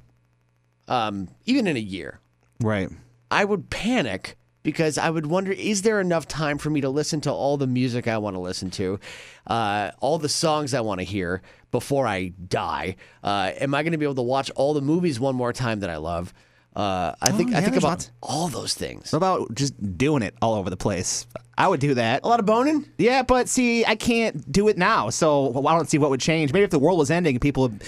D: um, even in a year,
E: Right.
D: I would panic because I would wonder is there enough time for me to listen to all the music I want to listen to, uh, all the songs I want to hear before I die? Uh, am I going to be able to watch all the movies one more time that I love? Uh, I
E: Oh,
D: think I think about all those things.
E: What about just doing it all over the place? I would do that. A
D: lot of boning?
E: Yeah, but see, I can't do it now, so I don't see what would change. Maybe if the world was ending, people would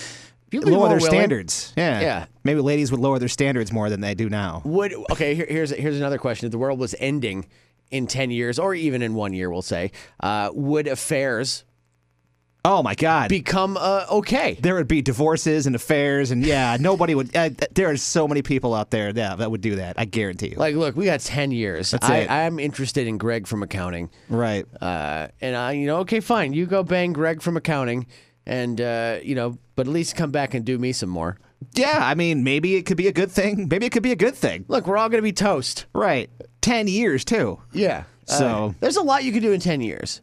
D: People would be
E: lower
D: more
E: their
D: willing.
E: standards. Yeah.
D: Yeah.
E: Maybe ladies would lower their standards more than they do now.
D: Would okay? Here, here's here's another question: If the world was ending in ten years, or even in one year, we'll say, uh, would affairs?
E: Oh my God!
D: Become uh, okay.
E: There would be divorces and affairs, and yeah, nobody would. Uh, th- there are so many people out there that that would do that. I guarantee you.
D: Like, look, we got ten years.
E: That's
D: I,
E: it.
D: I'm interested in Greg from accounting,
E: right?
D: Uh, and I, you know, okay, fine, you go bang Greg from accounting, and uh, you know, but at least come back and do me some more.
E: Yeah, I mean, maybe it could be a good thing. Maybe it could be a good thing.
D: Look, we're all going to be toast.
E: Right. 10 years, too.
D: Yeah.
E: So-
D: there's a lot you could do in ten years.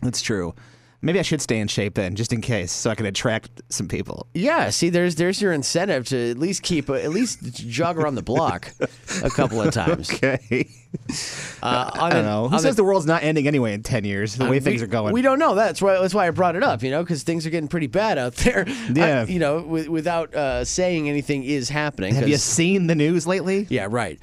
E: That's true. Maybe I should stay in shape then, just in case, so I can attract some people. (laughs)
D: Yeah, see, there's there's your incentive to at least keep uh, at least jog around the
E: (laughs)
D: block a couple of times.
E: Okay.
D: Uh, on
E: I don't
D: the-
E: know. Who
D: on
E: says
D: the-
E: the world's not ending anyway in 10 years, the
D: Uh,
E: way
D: we-
E: things are going?
D: We don't know. That's why. That's why I brought it up. You know, because things are getting pretty bad out there.
E: Yeah.
D: I- you know, wi- without uh, saying anything is happening.
E: Have you
D: 'cause-
E: seen the news lately?
D: (laughs) Yeah. Right.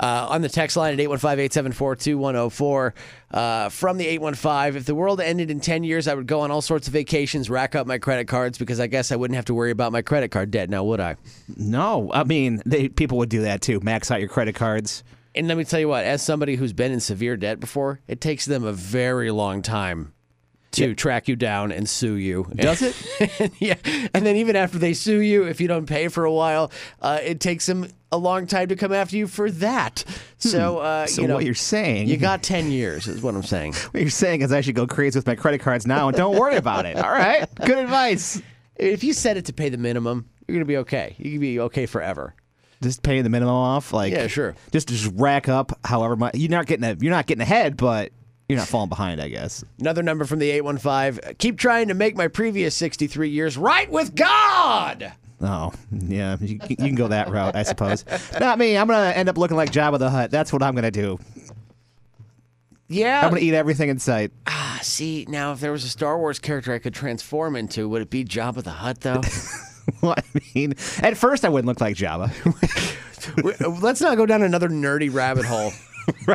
D: Uh, on the text line at 815-874-2104 uh, from the 815 if the world ended in 10 years i would go on all sorts of vacations rack up my credit cards because i guess i wouldn't have to worry about my credit card debt now would i
E: No. I mean, they, people would do that too. Max out your credit cards.
D: and let me tell you what as somebody who's been in severe debt before it takes them a very long time to track you down and sue you (laughs)
E: Does it?
D: yeah, and then even after they sue you, if you don't pay for a while, uh, it takes them a long time to come after you for that. So, uh,
E: Hmm. So
D: you know,
E: what you're saying?
D: you got ten years, is what I'm saying.
E: What you're saying is I should go crazy with my credit cards now and don't worry about it. All right. Good advice.
D: If you set it to pay the minimum, you're gonna be okay. You can be okay forever.
E: Just paying the minimum off, like
D: Yeah, sure.
E: Just just rack up however much you're not getting a, you're not getting ahead, but you're not falling behind, I guess.
D: Another number from the 815. Keep trying to make my previous 63 years right with God.
E: Oh, yeah, you, you can go that route, I (laughs) suppose. Not me. I'm gonna end up looking like Jabba the Hutt. That's what I'm gonna do.
D: Yeah.
E: I'm gonna eat everything in sight. (laughs)
D: Ah, see, now if there was a Star Wars character I could transform into, would it be Jabba the Hutt, though?
E: Well, I mean, at first I wouldn't look like Jabba,
D: (laughs)
E: (laughs)
D: We- Let's not go down another nerdy rabbit hole.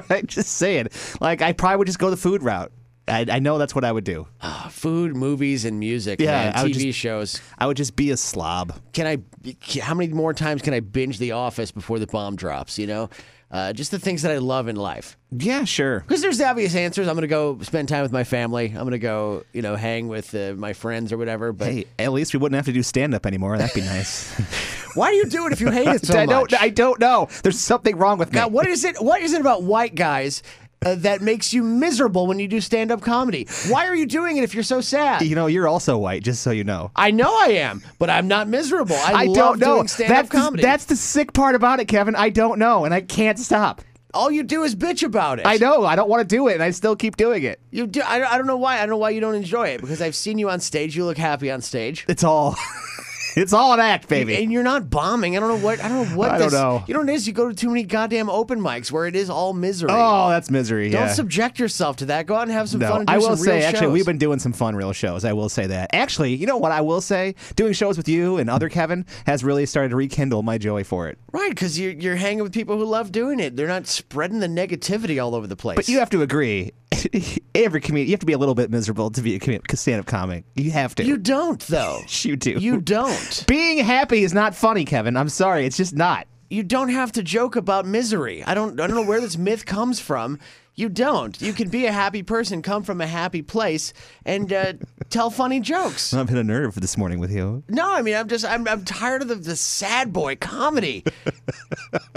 E: right? Just saying. Like I probably would just go the food route. I, I know that's what I would do.
D: (laughs) Food, movies, and music.
E: Yeah,
D: man.
E: I would
D: TV
E: just-
D: shows.
E: I would just be a slob.
D: Can I? How many more times can I binge The Office before the bomb drops? You know, uh, just the things that I love in life.
E: Yeah, sure.
D: Because there's obvious answers. I'm gonna go spend time with my family. I'm gonna go, you know, hang with uh, my friends or whatever. But
E: Hey, at least we wouldn't have to do stand up anymore. That'd be (laughs) nice.
D: why do you do it if you hate (laughs) it so
E: I
D: much?
E: don't. I don't know. There's something wrong with me.
D: now, what is it? What is it about white guys? Uh, that makes you miserable when you do stand-up comedy. Why are you doing it if you're so sad?
E: You know, you're also white, just so you know.
D: I know I am, but I'm not miserable. I,
E: I
D: love
E: don't know.
D: doing stand-up
E: that's
D: comedy.
E: The, that's the sick part about it, Kevin. I don't know, and I can't stop.
D: all you do is bitch about it.
E: I know. I don't want to do it, and I still keep doing it.
D: You do. I, don't- I don't know why. I don't know why you don't enjoy it because I've seen you on stage. You look happy on stage.
E: It's all. (laughs) it's all an act, baby.
D: And you're not bombing. I don't know what. I don't know what.
E: I don't
D: this,
E: know.
D: You know what it is. You go to too many goddamn open mics where it is all misery.
E: Oh, that's misery.
D: don't
E: yeah.
D: subject yourself to that. Go out and have some
E: no,
D: fun. And do
E: I will
D: some
E: say.
D: real
E: Actually, we've
D: shows.
E: been doing some fun real shows. I will say that. Actually, you know what? I will say, doing shows with you and other Kevin has really started to rekindle my joy for it.
D: right because you're you're hanging with people who love doing it. They're not spreading the negativity all over the place.
E: But you have to agree. (laughs) Every comedian, you have to be a little bit miserable to be a stand-up comic. You have to.
D: You don't though.
E: (laughs) you do.
D: You don't.
E: Being happy is not funny, Kevin. I'm sorry. It's
O: (laughs)
E: just not.
D: You don't have to joke about misery. I don't I don't know where this myth comes from. You don't. You can be a happy person, come from a happy place, and uh, tell funny
E: (laughs)
D: jokes.
E: I've hit a nerve this morning with you.
D: No, I mean I'm just I'm I'm tired of the, the sad boy comedy.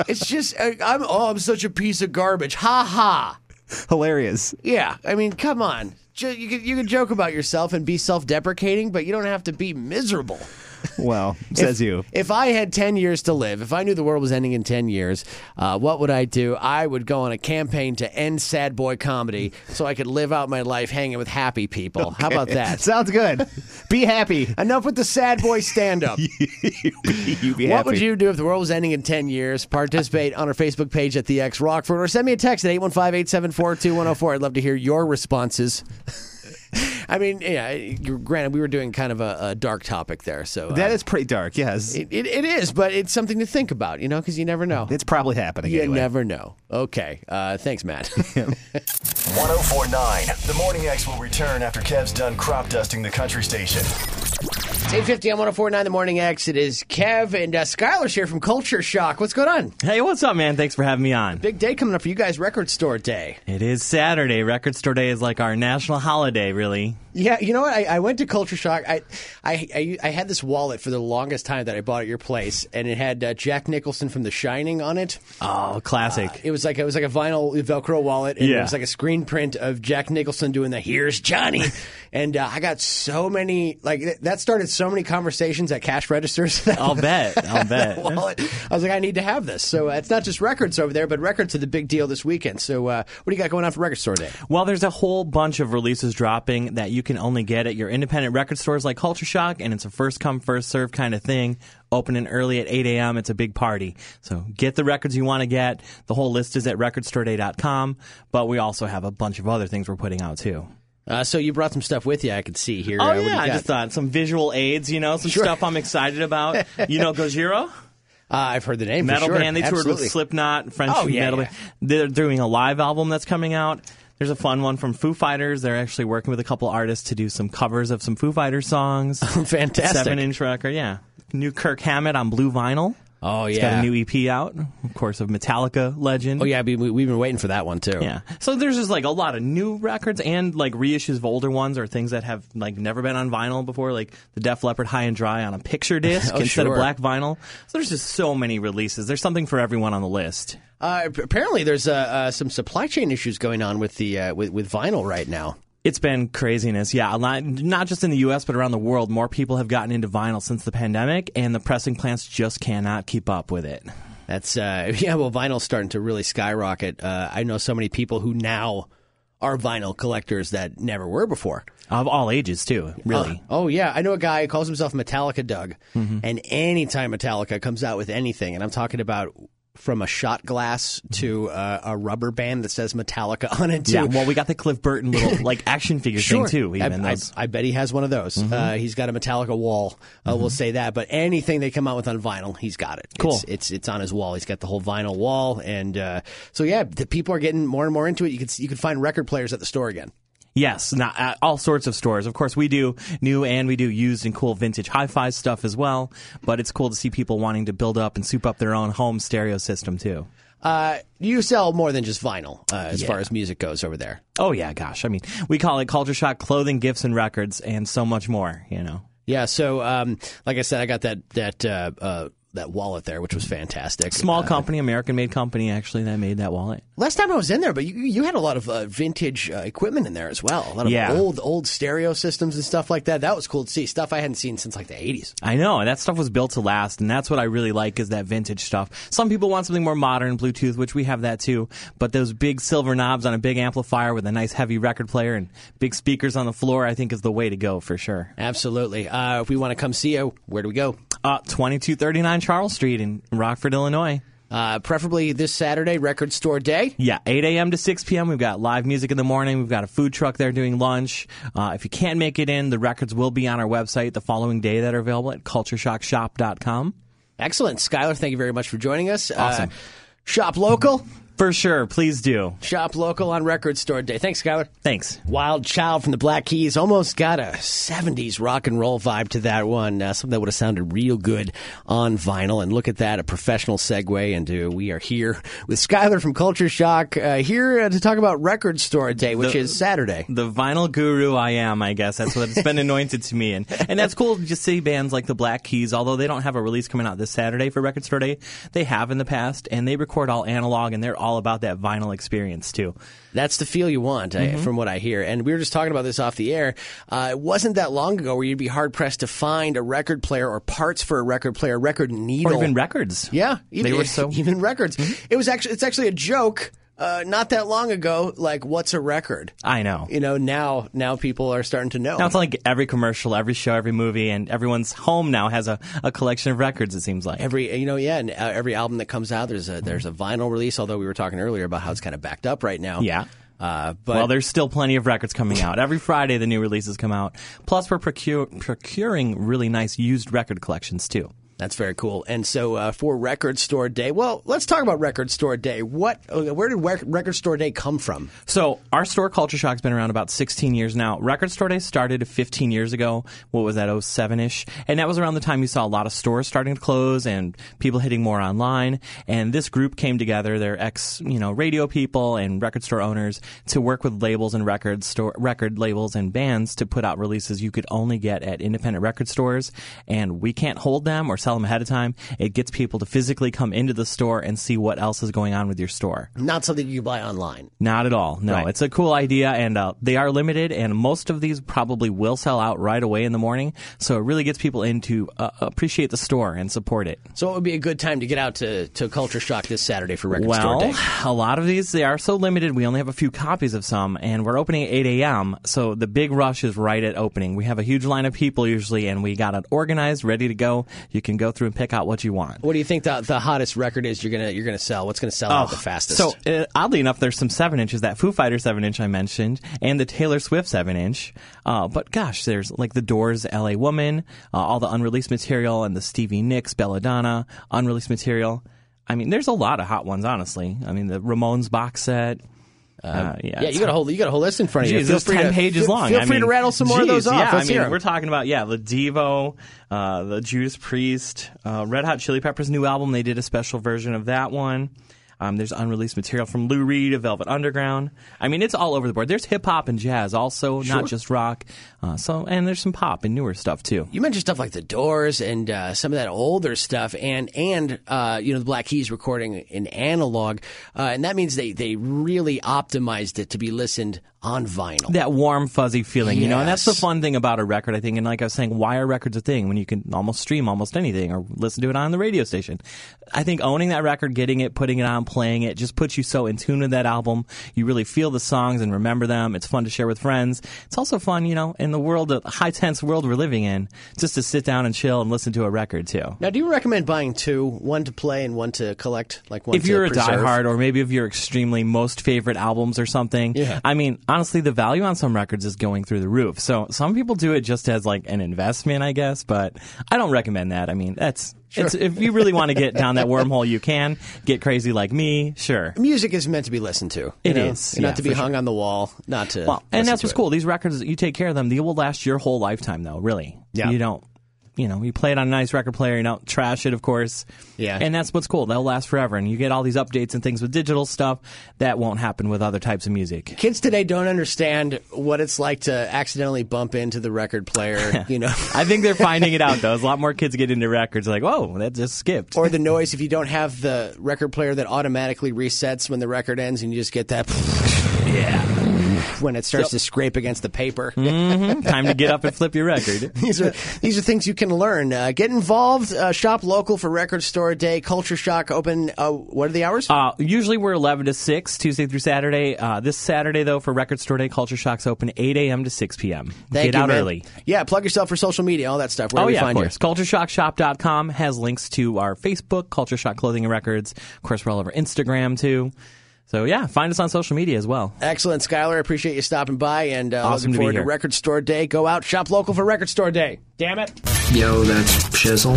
D: it's just I, I'm oh I'm such a piece of garbage. Ha ha.
E: Hilarious.
D: Yeah, I mean
O: (laughs)
D: come on. Ju- You can, you can joke about yourself and be self deprecating, but you don't have to be miserable.
O: well, says
D: if,
O: you.
D: If I had 10 years to live, if I knew the world was ending in 10 years, uh, what would I do? I would go on a campaign to end sad boy comedy so I could live out my life hanging with happy people. How about
O: Okay. (laughs)
D: that?
O: Sounds good. Be happy.
D: Enough with the sad boy stand
O: (laughs)
D: up.
O: you be
D: what
O: happy.
D: would you do if the world was ending in 10 years? Participate on our Facebook page at The X Rockford or send me a text at 815 874 2104. I'd love to hear your responses. (laughs) I mean, yeah, you- granted, we were doing kind of a, a dark topic there. So uh,
O: That is pretty dark. Yes.
D: it, it, it is, but it's something to think about, you know, because you never know.
O: It's probably happening.
D: You
O: anyway.
D: never know. Okay. Uh, thanks, Matt.
A: 1049. The Morning X will return after Kev's done crop dusting the country station.
D: It's 850 on 1049 The Morning X. It is Kev and uh, Skylar's here from Culture Shock. What's going on?
E: Hey, what's up, man? Thanks for having me on.
D: Big day coming up for you guys, Record Store Day.
E: It is Saturday. Record Store Day is like our national holiday, really.
D: Yeah, you know what? I, I went to Culture Shock. I, I, I, I had this wallet for the longest time that I bought at your place, and it had uh, Jack Nicholson from The Shining on it.
E: Oh, classic.
D: It was like it was like a vinyl Velcro wallet, and it
E: Yeah.
D: was like a screen print of Jack Nicholson doing the "Here's
E: (laughs)
D: Johnny," and uh, I got so many like th- that started so many conversations at cash registers. (laughs)
E: I'll bet. I'll
D: That
E: bet.
D: (laughs) wallet. I was like, I need to have this. So uh, it's not just records over there, but records are the big deal this weekend. So uh, what do you got going on for Record Store Day?
E: Well, there's a whole bunch of releases dropping that you can only get at your independent record stores like Culture Shock, and it's a first come, first serve kind of thing. Opening early at 8 a.m. It's a big party. So get the records you want to get. The whole list is at recordstoreday.com, but we also have a bunch of other things we're putting out too.
D: Uh, so you brought some stuff with you. I could see here.
E: Oh,
D: Uh, what do you
E: yeah. I
D: got?
E: just thought some visual aids, you know, some stuff I'm excited about. you
K: (laughs)
E: know, Gojira?
D: Uh, I've heard the name. for
E: metal
D: sure.
E: band. They toured
D: Absolutely.
E: with Slipknot, French
D: Oh, yeah,
E: metal.
D: yeah. (laughs)
E: band. They're doing a live album that's coming out. There's a fun one from Foo Fighters. They're actually working with a couple artists to do some covers of some Foo Fighters songs.
D: Fantastic.
E: Seven inch record, yeah. New Kirk Hammett on blue vinyl.
D: Oh
E: It's got
D: yeah.
E: a
P: E
E: new EP out, of course, of Metallica legend.
D: Oh yeah, we, we- we've been waiting for that one too.
E: Yeah. So there's just like a lot of new records and like reissues of older ones or things that have like never been on vinyl before, like the Def Leppard High and Dry on a picture (laughs) disc
D: Oh,
E: instead
D: sure.
E: of black vinyl. So there's just so many releases. There's something for everyone on the list.
D: Uh, ap- apparently, there's uh, uh, some supply chain issues going on with the uh, with, with vinyl right now.
E: It's been craziness. Yeah, a lot, not just in the US, but around the world. More people have gotten into vinyl since the pandemic, and the pressing plants just cannot keep up with it.
D: That's uh, (laughs) yeah. Well, vinyl's starting to really skyrocket. Uh, I know so many people who now are vinyl collectors that never were before.
E: Of all ages, too, really.
D: Uh, oh yeah, I know a guy who calls himself Metallica Doug,
E: Mm-hmm.
D: and anytime Metallica comes out with anything, and I'm talking about from a shot glass to uh, a rubber band that says Metallica on it too.
E: yeah, well, we got the Cliff Burton
D: (laughs)
E: little like action figure
D: Sure.
E: thing, too.
D: I,
E: Even Mm-hmm.
D: I-
E: those.
D: I bet he has one of those. Uh, he's got a Metallica wall. Uh, We'll say that. But anything they come out with on vinyl, he's got it.
E: Mm-hmm. Cool.
D: It's, it's it's on his wall. He's got the whole vinyl wall, and uh, so yeah, the people are getting more and more into it. You can s- you can find record players at the store again.
E: Yes, not, uh, all sorts of stores. Of course, we do new and we do used and cool vintage hi-fi stuff as well. But it's cool to see people wanting to build up and soup up their own home stereo system too.
D: Uh, you sell more than just vinyl uh, as far as music goes over there.
E: Oh yeah, gosh. I mean, we call it Culture Shock clothing, gifts, and records, and so much more. You know.
D: Yeah. So um, like I said, I got that that uh, uh, that wallet there, which was fantastic. Uh,
E: Small company, American-made company, actually, that made that wallet.
D: Last time I was in there, but you, you had a lot of uh, vintage uh, equipment in there as well. A lot of
E: Yeah.
D: old old stereo systems and stuff like that. That was cool to see. Stuff I hadn't seen since like the eighties.
E: I know that stuff was built to last, and that's what I really like is that vintage stuff. Some people want something more modern, Bluetooth, which we have that too. But those big silver knobs on a big amplifier with a nice heavy record player and big speakers on the floor, I think is the way to go for sure.
D: Absolutely. Uh, if we want to come see you, where do we go?
E: Uh, twenty two thirty nine Charles Street in Rockford, Illinois.
D: Uh, preferably this Saturday, Record Store Day.
E: Yeah, 8 a.m. to 6 p.m. We've got live music in the morning. We've got a food truck there doing lunch. Uh, if you can't make it in, the records will be on our website the following day that are available at cultureshockshop.com.
D: Excellent, Skylar. Thank you very much for joining us.
E: Awesome.
D: Uh, shop local.
E: For sure, please do.
D: Shop local on Record Store Day. Thanks, Skylar.
E: Thanks.
D: Wild Child from the Black Keys almost got a 70s rock and roll vibe to that one. Uh, something that would have sounded real good on vinyl. And look at that, a professional segue into We Are Here with Skylar from Culture Shock, uh, here uh, to talk about Record Store Day, which
E: The-
D: is Saturday.
E: The vinyl guru I am, I guess. That's what
D: (laughs)
E: it's been anointed to me. And, and that's cool to just see bands like the Black Keys, although they don't have a release coming out this Saturday for Record Store Day, they have in the past, and they record all analog, and they're all about that vinyl experience too.
D: That's the feel you want, I-
E: Mhm.
D: from what I hear. And we were just talking about this off the air. Uh, it wasn't that long ago where you'd be hard pressed to find a record player or parts for a record player, record needle,
E: even records.
D: Yeah,
E: They were
D: (laughs)
E: so- Mm-hmm.
D: even records. It was actually it's actually a joke. Uh, not that long ago, like what's a record?
E: I know.
D: You know now now people are starting to know.
E: Now it's like every commercial, every show, every movie, and everyone's home now has a, a collection of records. It seems like
D: Every you know yeah, and uh, every album that comes out there's a there's a vinyl release. Although we were talking earlier about how it's kind of backed up right now.
E: Yeah.
D: Uh, but
E: well, there's still plenty of records coming out. Every Friday, the new releases come out. Plus, we're procure- procuring really nice used record collections too.
D: That's very cool. And so uh, for Record Store Day, well, let's talk about Record Store Day. What? uh, Where did Rec- Record Store Day come from?
E: So our store Culture Shock's been around about 16 years now. Record Store Day started 15 years ago. What was that? 07 ish, and that was around the time you saw a lot of stores starting to close and people hitting more online. And this group came together. They're ex, you know, radio people and record store owners to work with labels and record store record labels and bands to put out releases you could only get at independent record stores. And we can't hold them or sell them ahead of time. It gets people to physically come into the store and see what else is going on with your store.
D: Not something you buy online.
E: Not at all. No, it's a cool idea, and uh, they are limited, and most of these probably will sell out right away in the morning. So it really gets people in to uh, appreciate the store and support it.
D: So it would be a good time to get out to, to Culture Shock this Saturday for Record Store
E: well,
D: Day.
E: a lot of these they are so limited. We only have a few copies of some, and we're opening at 8 a.m. So the big rush is right at opening. We have a huge line of people usually, and we got it organized, ready to go. You can go through and pick out what you want.
D: What do you think the, the hottest record is you're gonna you're gonna sell? What's gonna sell out the fastest?
E: So uh, oddly enough, there's some seven inches that Foo Fighter seven inch I mentioned, and the Taylor Swift seven inch. Uh, but gosh, there's like the Doors, L.A. Woman, uh, all the unreleased material, and the Stevie Nicks, Belladonna, unreleased material. I mean, there's a lot of hot ones, honestly. I mean, the Ramones box set. Uh, yeah,
D: yeah, you got a whole you got a whole list in front of you.
E: Jeez, it's
D: free
E: ten
D: to-
E: pages
D: feel-
E: long.
D: Feel
E: I
D: free to
E: mean,
D: rattle some more of those
E: jeez,
D: off.
E: Yeah,
D: Let's
E: I mean,
D: hear 'em.
E: we're talking about yeah, the Devo, uh, the Judas Priest, uh, Red Hot Chili Peppers' new album. They did a special version of that one. Um, there's unreleased material from Lou Reed of Velvet Underground. I mean, it's all over the board. There's hip hop and jazz also,
D: Sure.
E: not just rock. Uh, so, and there's some pop and newer stuff too.
D: You mentioned stuff like the Doors and uh, some of that older stuff, and and uh, you know the Black Keys recording in analog, uh, and that means they they really optimized it to be listened on vinyl.
E: That warm, fuzzy feeling, you know, and that's the fun thing about a record, I think. And like I was saying, why are records a thing when you can almost stream almost anything or listen to it on the radio station? I think owning that record, getting it, putting it on, playing it, just puts you so in tune with that album. You really feel the songs and remember them. It's fun to share with friends. It's also fun, you know, in the world, the high tense world we're living in, just to sit down and chill and listen to a record too.
D: Now, do you recommend buying two, one to play and one to collect? Like one
E: if you're
D: to
E: a
D: preserve?
E: diehard or maybe if you're extremely most favorite albums or something
D: Yeah.
E: i mean honestly the value on some records is going through the roof so some people do it just as like an investment i guess but i don't recommend that i mean that's it's, if you really want to get down
D: (laughs)
E: that wormhole you can get crazy like me sure
D: music is meant to be listened to. It
E: It
D: is
E: is, yeah,
D: not to be
E: for
D: hung on the wall, not to.
E: well, and
D: listen
E: that's
D: to
E: what's
D: it.
E: cool these records you take care of them they will last your whole lifetime though really
D: Yeah.
E: you don't you know, you play it on a nice record player, you don't trash it, of course.
D: Yeah.
E: And that's what's cool. They'll last forever. And you get all these updates and things with digital stuff that won't happen with other types of music.
D: Kids today don't understand what it's like to accidentally bump into the record
E: (laughs)
D: player, you know, (laughs)
E: I think they're finding it out though. As a lot more kids get into records, like, whoa, that just skipped.
D: or the noise if you don't have the record player that automatically resets when the record ends and you just get that. (laughs) Yeah. When it starts to scrape against the paper.
E: Mhm. Time to get up and flip your record.
D: (laughs) these are these are things you can learn. Uh, get involved. Uh, shop local for Record Store Day. Culture Shock open. Uh, what are the hours?
E: Uh, usually we're 11 to 6, Tuesday through Saturday. Uh, this Saturday, though, for Record Store Day, Culture Shock's open 8 a.m. to 6 p.m.
D: Thank
E: Get
D: you,
E: out
D: man.
E: early.
D: Yeah, plug yourself for social media, all that stuff. Where do
E: oh,
D: we
E: yeah,
D: find
E: of course. CultureShockShop.com has links to our Facebook, Culture Shock Clothing and Records. Of course, we're all over Instagram, too. So, yeah, find us on social media as well.
D: you? Excellent, Skylar. I appreciate you stopping by and uh,
E: Awesome
D: looking
E: to be
D: forward
E: here.
D: Record Store Day. Go out, shop local for Record Store Day. Damn it.
P: Yo, that's Shizzle.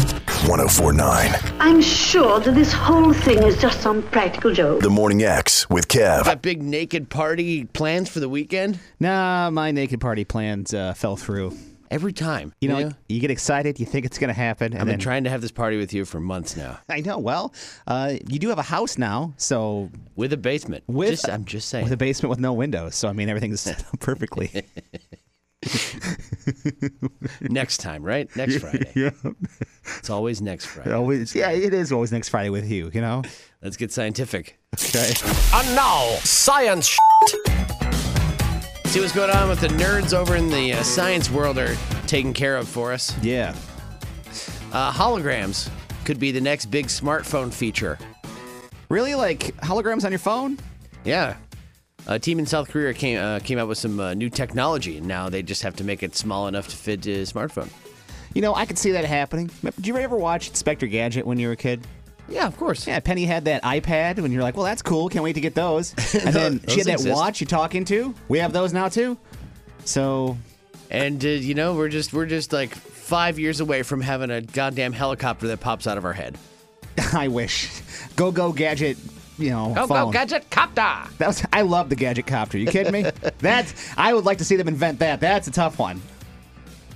A: 1049.
N: I'm sure that this whole thing is just some practical joke.
A: The Morning X with Kev.
D: That big naked party plans for the weekend?
K: Nah, my naked party plans uh, fell through.
D: Every time.
K: You know,
D: Yeah.
K: like, you get excited, you think it's going to happen. And
D: I've
K: then,
D: been trying to have this party with you for months now.
K: (laughs) I know. Well, uh, you do have a house now, so.
D: With a basement.
K: With,
D: Just- I'm just saying.
K: (laughs) With a basement with no windows. So, I mean, everything's set up perfectly.
D: (laughs) next time, right?
K: (laughs)
D: Next Friday.
P: Yeah.
D: It's always next Friday.
P: Always, yeah, it is always next Friday with you, you know?
D: Let's get scientific.
P: Okay. (laughs)
D: And now, science See what's going on with the nerds over in the uh, science world are taking care of for us.
P: Yeah.
D: Uh, holograms could be the next big smartphone feature.
P: Really? Like holograms on your phone?
D: Yeah. A team in South Korea came uh, came out with some uh, new technology, and now they just have to make it small enough to fit a smartphone.
P: You know, I could see that happening. Did you ever watch Inspector Gadget when you were a kid?
D: Yeah, of course.
P: Yeah, Penny had that iPad when you're like, well, that's cool. Can't wait to get
D: (laughs)
P: those. And then she
D: Those
P: had that
D: exist.
P: watch you talk into. We have those now too. So,
D: And uh, you know, we're just we're just like five years away from having a goddamn helicopter that pops out of our head.
P: I wish. Go go gadget. You know,
D: Go go
P: phone.
D: gadget copter!
P: That was, I love the gadget copter. You kidding me? That's I would like to see them invent that. That's a tough one.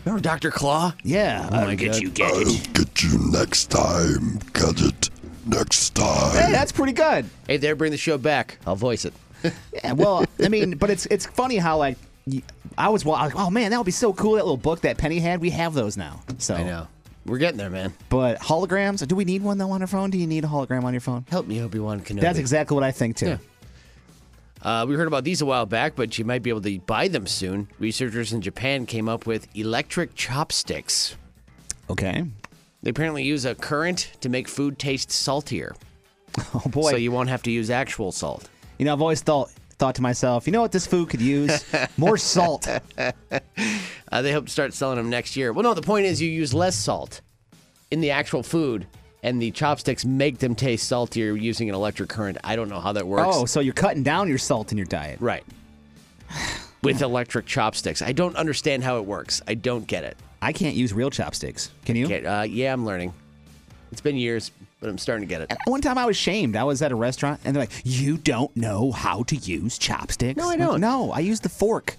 D: Remember Doctor Claw?
P: Yeah,
D: Oh my God.
Q: I'll get you next time, gadget. Next time.
P: Hey, that's pretty good.
D: Hey there, bring the show back. I'll voice it.
P: Yeah, well, I mean, but it's it's funny how like y- I was wa- I was like, oh man, that would be so cool. That little book that Penny had. We have those now. So I know
D: we're getting there, man.
P: But holograms? Do we need one though on our phone? Do you need a hologram on your phone?
D: Help me, Obi Wan Kenobi.
P: That's exactly what I think too.
D: Uh, we heard about these a while back, but you might be able to buy them soon. Researchers in Japan came up with electric chopsticks.
P: Okay.
D: They apparently use a current to make food taste saltier.
P: (laughs) Oh boy.
D: So you won't have to use actual salt.
P: You know, I've always thought thought to myself, you know what this food could (laughs) use? More salt.
D: Uh, they hope to start selling them next year. Well, no, the point is you use less salt in the actual food, and the chopsticks make them taste saltier using an electric current. I don't know how that works.
P: Oh, so you're cutting down your salt in your diet.
D: Right. (sighs) With electric chopsticks. I don't understand how it works. I don't get it.
P: I can't use real chopsticks. Can you?
D: uh, yeah, I'm learning. It's been years, but I'm starting to get it.
P: One time I was shamed. I was at a restaurant and they're like, "You don't know how to use chopsticks."
D: No, I
P: I'm
D: don't.
P: Like, no, I use the fork.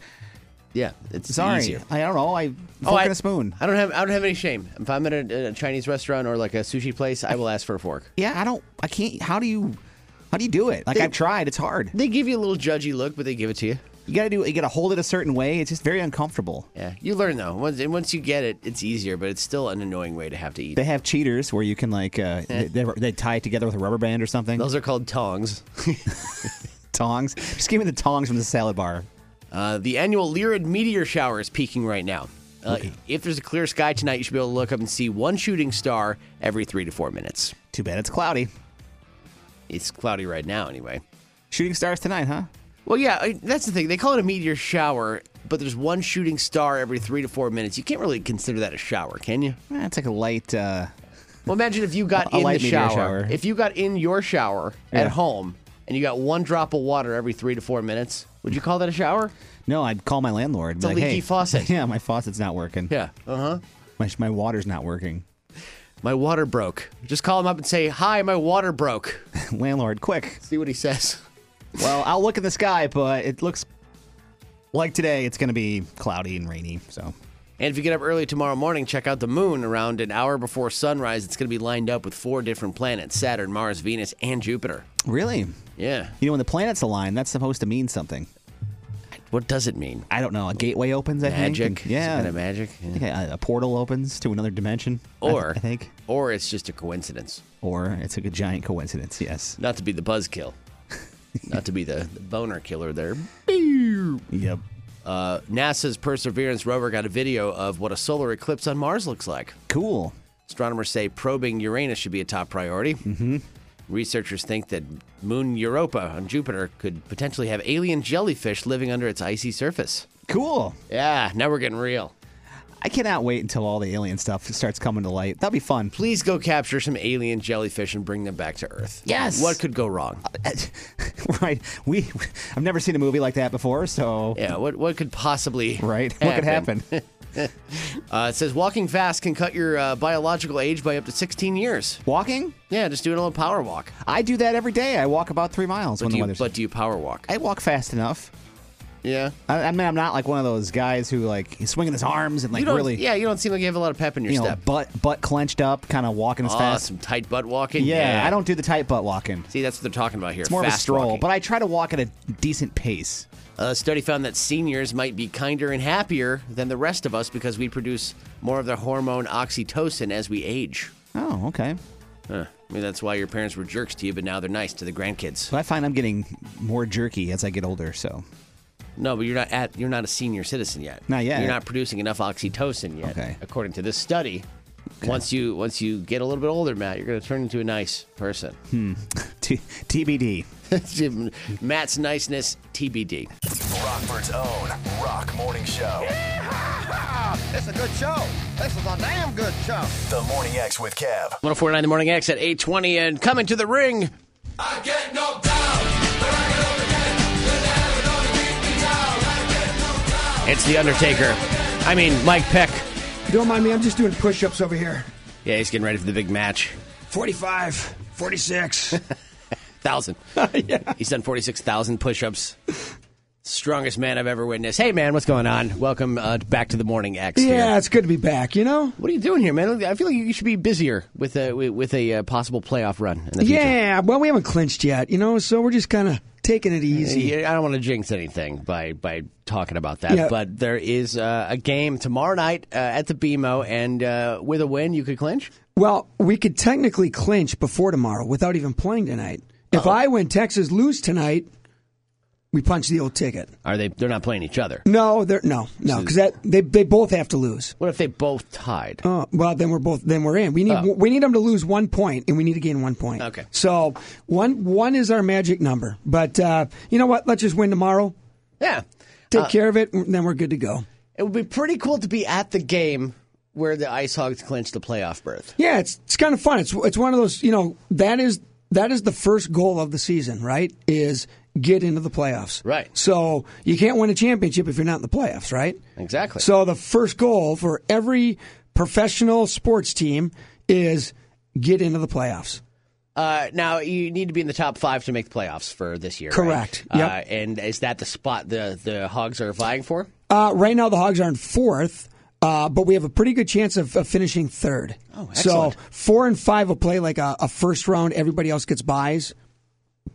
D: Yeah, it's
P: Sorry,
D: easier. Oh,
P: I don't know. I fork
D: I-
P: and a spoon.
D: I don't have I don't have any shame. If I'm at a, a Chinese restaurant or like a sushi place, I will ask for a fork.
P: Yeah, I don't. I can't. How do you? How do you do it? Like I've tried. It's hard.
D: They give you a little judgy look, but they give it to you.
P: You gotta do. You gotta hold it a certain way. It's just very uncomfortable.
D: Yeah, you learn though. Once and once you get it, it's easier, but it's still an annoying way to have to eat.
P: They have cheaters where you can like uh, they, they they tie it together with a rubber band or something.
D: Those are called tongs.
P: tongs. Just give me the tongs from the salad bar.
D: Uh, the annual Lyrid meteor shower is peaking right now. Uh, if there's a clear sky tonight, you should be able to look up and see one shooting star every three to four minutes.
P: Too bad it's cloudy.
D: It's cloudy right now, anyway.
P: Shooting stars tonight, huh?
D: Well, yeah, I- that's the thing. They call it a meteor shower, but there's one shooting star every three to four minutes. You can't really consider that a shower, can you?
P: Eh, it's like a light. Uh,
D: Well, imagine if you got
P: A
D: in
P: light
D: the
P: meteor
D: shower.
P: shower.
D: If you got in your shower
P: Yeah.
D: at home and you got one drop of water every three to four minutes, would you call that a shower?
P: no, I'd call my landlord.
D: It's a
P: be like,
D: leaky
P: hey, (laughs)
D: faucet.
P: Yeah, my faucet's not working.
D: Yeah. Uh huh.
P: My, my water's not working. (laughs)
D: My water broke. Just call him up and say, "Hi, my water broke." (laughs)
P: landlord, quick.
D: See what he says.
P: Well, I'll look in the sky, but it looks like today it's going to be cloudy and rainy. So,
D: And if you get up early tomorrow morning, check out the moon around an hour before sunrise. It's going to be lined up with four different planets: Saturn, Mars, Venus, and Jupiter.
P: really,
D: Yeah.
P: you know, when the planets align, that's supposed to mean something.
D: What does it mean?
P: I don't know. A gateway opens, I think.
D: Magic.
P: and- Yeah.
D: Some kind of magic.
P: I think a, a portal opens to another dimension. I th-
D: Or
P: I think.
D: Or it's just a coincidence.
P: Or it's a good giant coincidence. Yes.
D: Not to be the buzzkill.
P: (laughs)
D: Not to be the, the boner killer there.
P: Yep.
D: Uh, NASA's Perseverance rover got a video of what a solar eclipse on Mars looks like.
P: Cool.
D: Astronomers say probing Uranus should be a top priority. Mm-hmm. Researchers think that moon Europa on Jupiter could potentially have alien jellyfish living under its icy surface.
P: Cool.
D: Yeah, now we're getting real.
P: I cannot wait until all the alien stuff starts coming to light. That'll be fun.
D: Please go capture some alien jellyfish and bring them back to Earth.
P: Yes.
D: What could go wrong?
P: (laughs) right. We I've never seen a movie like that before, so
D: Yeah, what what could possibly
P: Oh. (laughs) right. What could happen?
D: (laughs) Uh, it says walking fast can cut your uh, biological age by up to 16 years.
P: Walking?
D: Yeah, just doing a little power walk.
P: I do that every day. I walk about three miles
D: But
P: when
D: do,
P: the
D: you,
P: weather's.
D: but do you power walk?
P: I walk fast enough.
D: Yeah.
P: I, I mean, I'm not like one of those guys who like he's swinging his arms and like
D: you don't,
P: really,
D: Yeah, you don't seem like you have a lot of pep in your
P: you know,
D: step.
P: butt butt clenched up, kind of walking as
D: Ah,
P: fast.
D: some tight butt walking.
P: Yeah, I don't do the tight butt walking.
D: See, that's what they're talking about here.
P: It's more of a
D: fast
P: stroll,
D: walking.
P: but I try to walk at a decent pace.
D: A study found that seniors might be kinder and happier than the rest of us because we produce more of the hormone oxytocin as we age.
E: Oh, okay.
D: Huh. Maybe that's why your parents were jerks to you, but now they're nice to the grandkids.
E: But I find I'm getting more jerky as I get older, so.
D: No, but you're not at you're not a senior citizen yet.
E: Not yet.
D: You're not producing enough oxytocin yet.
E: Okay.
D: According to this study, once you once you get a little bit older, Matt, you're going to turn into a nice person. (laughs)
E: Hmm. T- TBD.
D: Matt's niceness TBD.
A: Rockford's own Rock Morning Show.
R: It's a good show. This is a damn good show.
A: The Morning X with Kev.
D: 1049 The Morning X at 820 and coming to the ring.
R: I get no
D: It's The Undertaker. I mean, Mike Peck.
S: You don't mind me, I'm just doing push ups over here.
D: Yeah, he's getting ready for the big match.
S: 45, 46. (laughs)
D: Thousand. He's done 46,000 push ups. Strongest man I've ever witnessed. Hey, man, what's going on? Welcome uh, back to The Morning X. here.
S: yeah, it's good to be back, you know?
D: What are you doing here, man? I feel like you should be busier with a, with a uh, possible playoff run in the future.
S: Yeah, well, we haven't clinched yet, you know, so we're just kind of taking it easy.
D: Yeah, I don't want to jinx anything by by talking about that,
S: Yeah.
D: but there is uh, a game tomorrow night uh, at the BMO, and uh, with a win, you could clinch.
S: Well, Oh, we could technically clinch before tomorrow without even playing tonight. If I win, Texas lose tonight, we punch the old ticket.
D: Are they? They're not playing each other.
S: No, they're no, no, because that they they both have to lose.
D: What if they both tied?
S: Oh, well, then we're both then we're in. We need we need them to lose one point, and we need to gain one point.
D: Okay.
S: So one one is our magic number, but uh, you know what? Let's just win tomorrow.
D: Yeah.
S: Take
D: Uh,
S: care of it, and then we're good to go.
D: It would be pretty cool to be at the game where the Ice Hogs clinched the playoff berth.
S: Yeah, it's it's kind of fun. It's it's one of those you know that is that is the first goal of the season, right? Is get into the playoffs.
D: Right.
S: So you can't win a championship if you're not in the playoffs, right?
D: Exactly.
S: So the first goal for every professional sports team is get into the playoffs.
D: Uh, now you need to be in the top five to make the playoffs for this year.
S: Correct.
D: Right?
S: Yep.
D: Uh, and is that the spot the the Hogs are vying for?
S: Uh, right now, the Hogs are in fourth, uh, but we have a pretty good chance of, of finishing third. Oh,
D: excellent.
S: So four and five will play like a, a first round. Everybody else gets buys.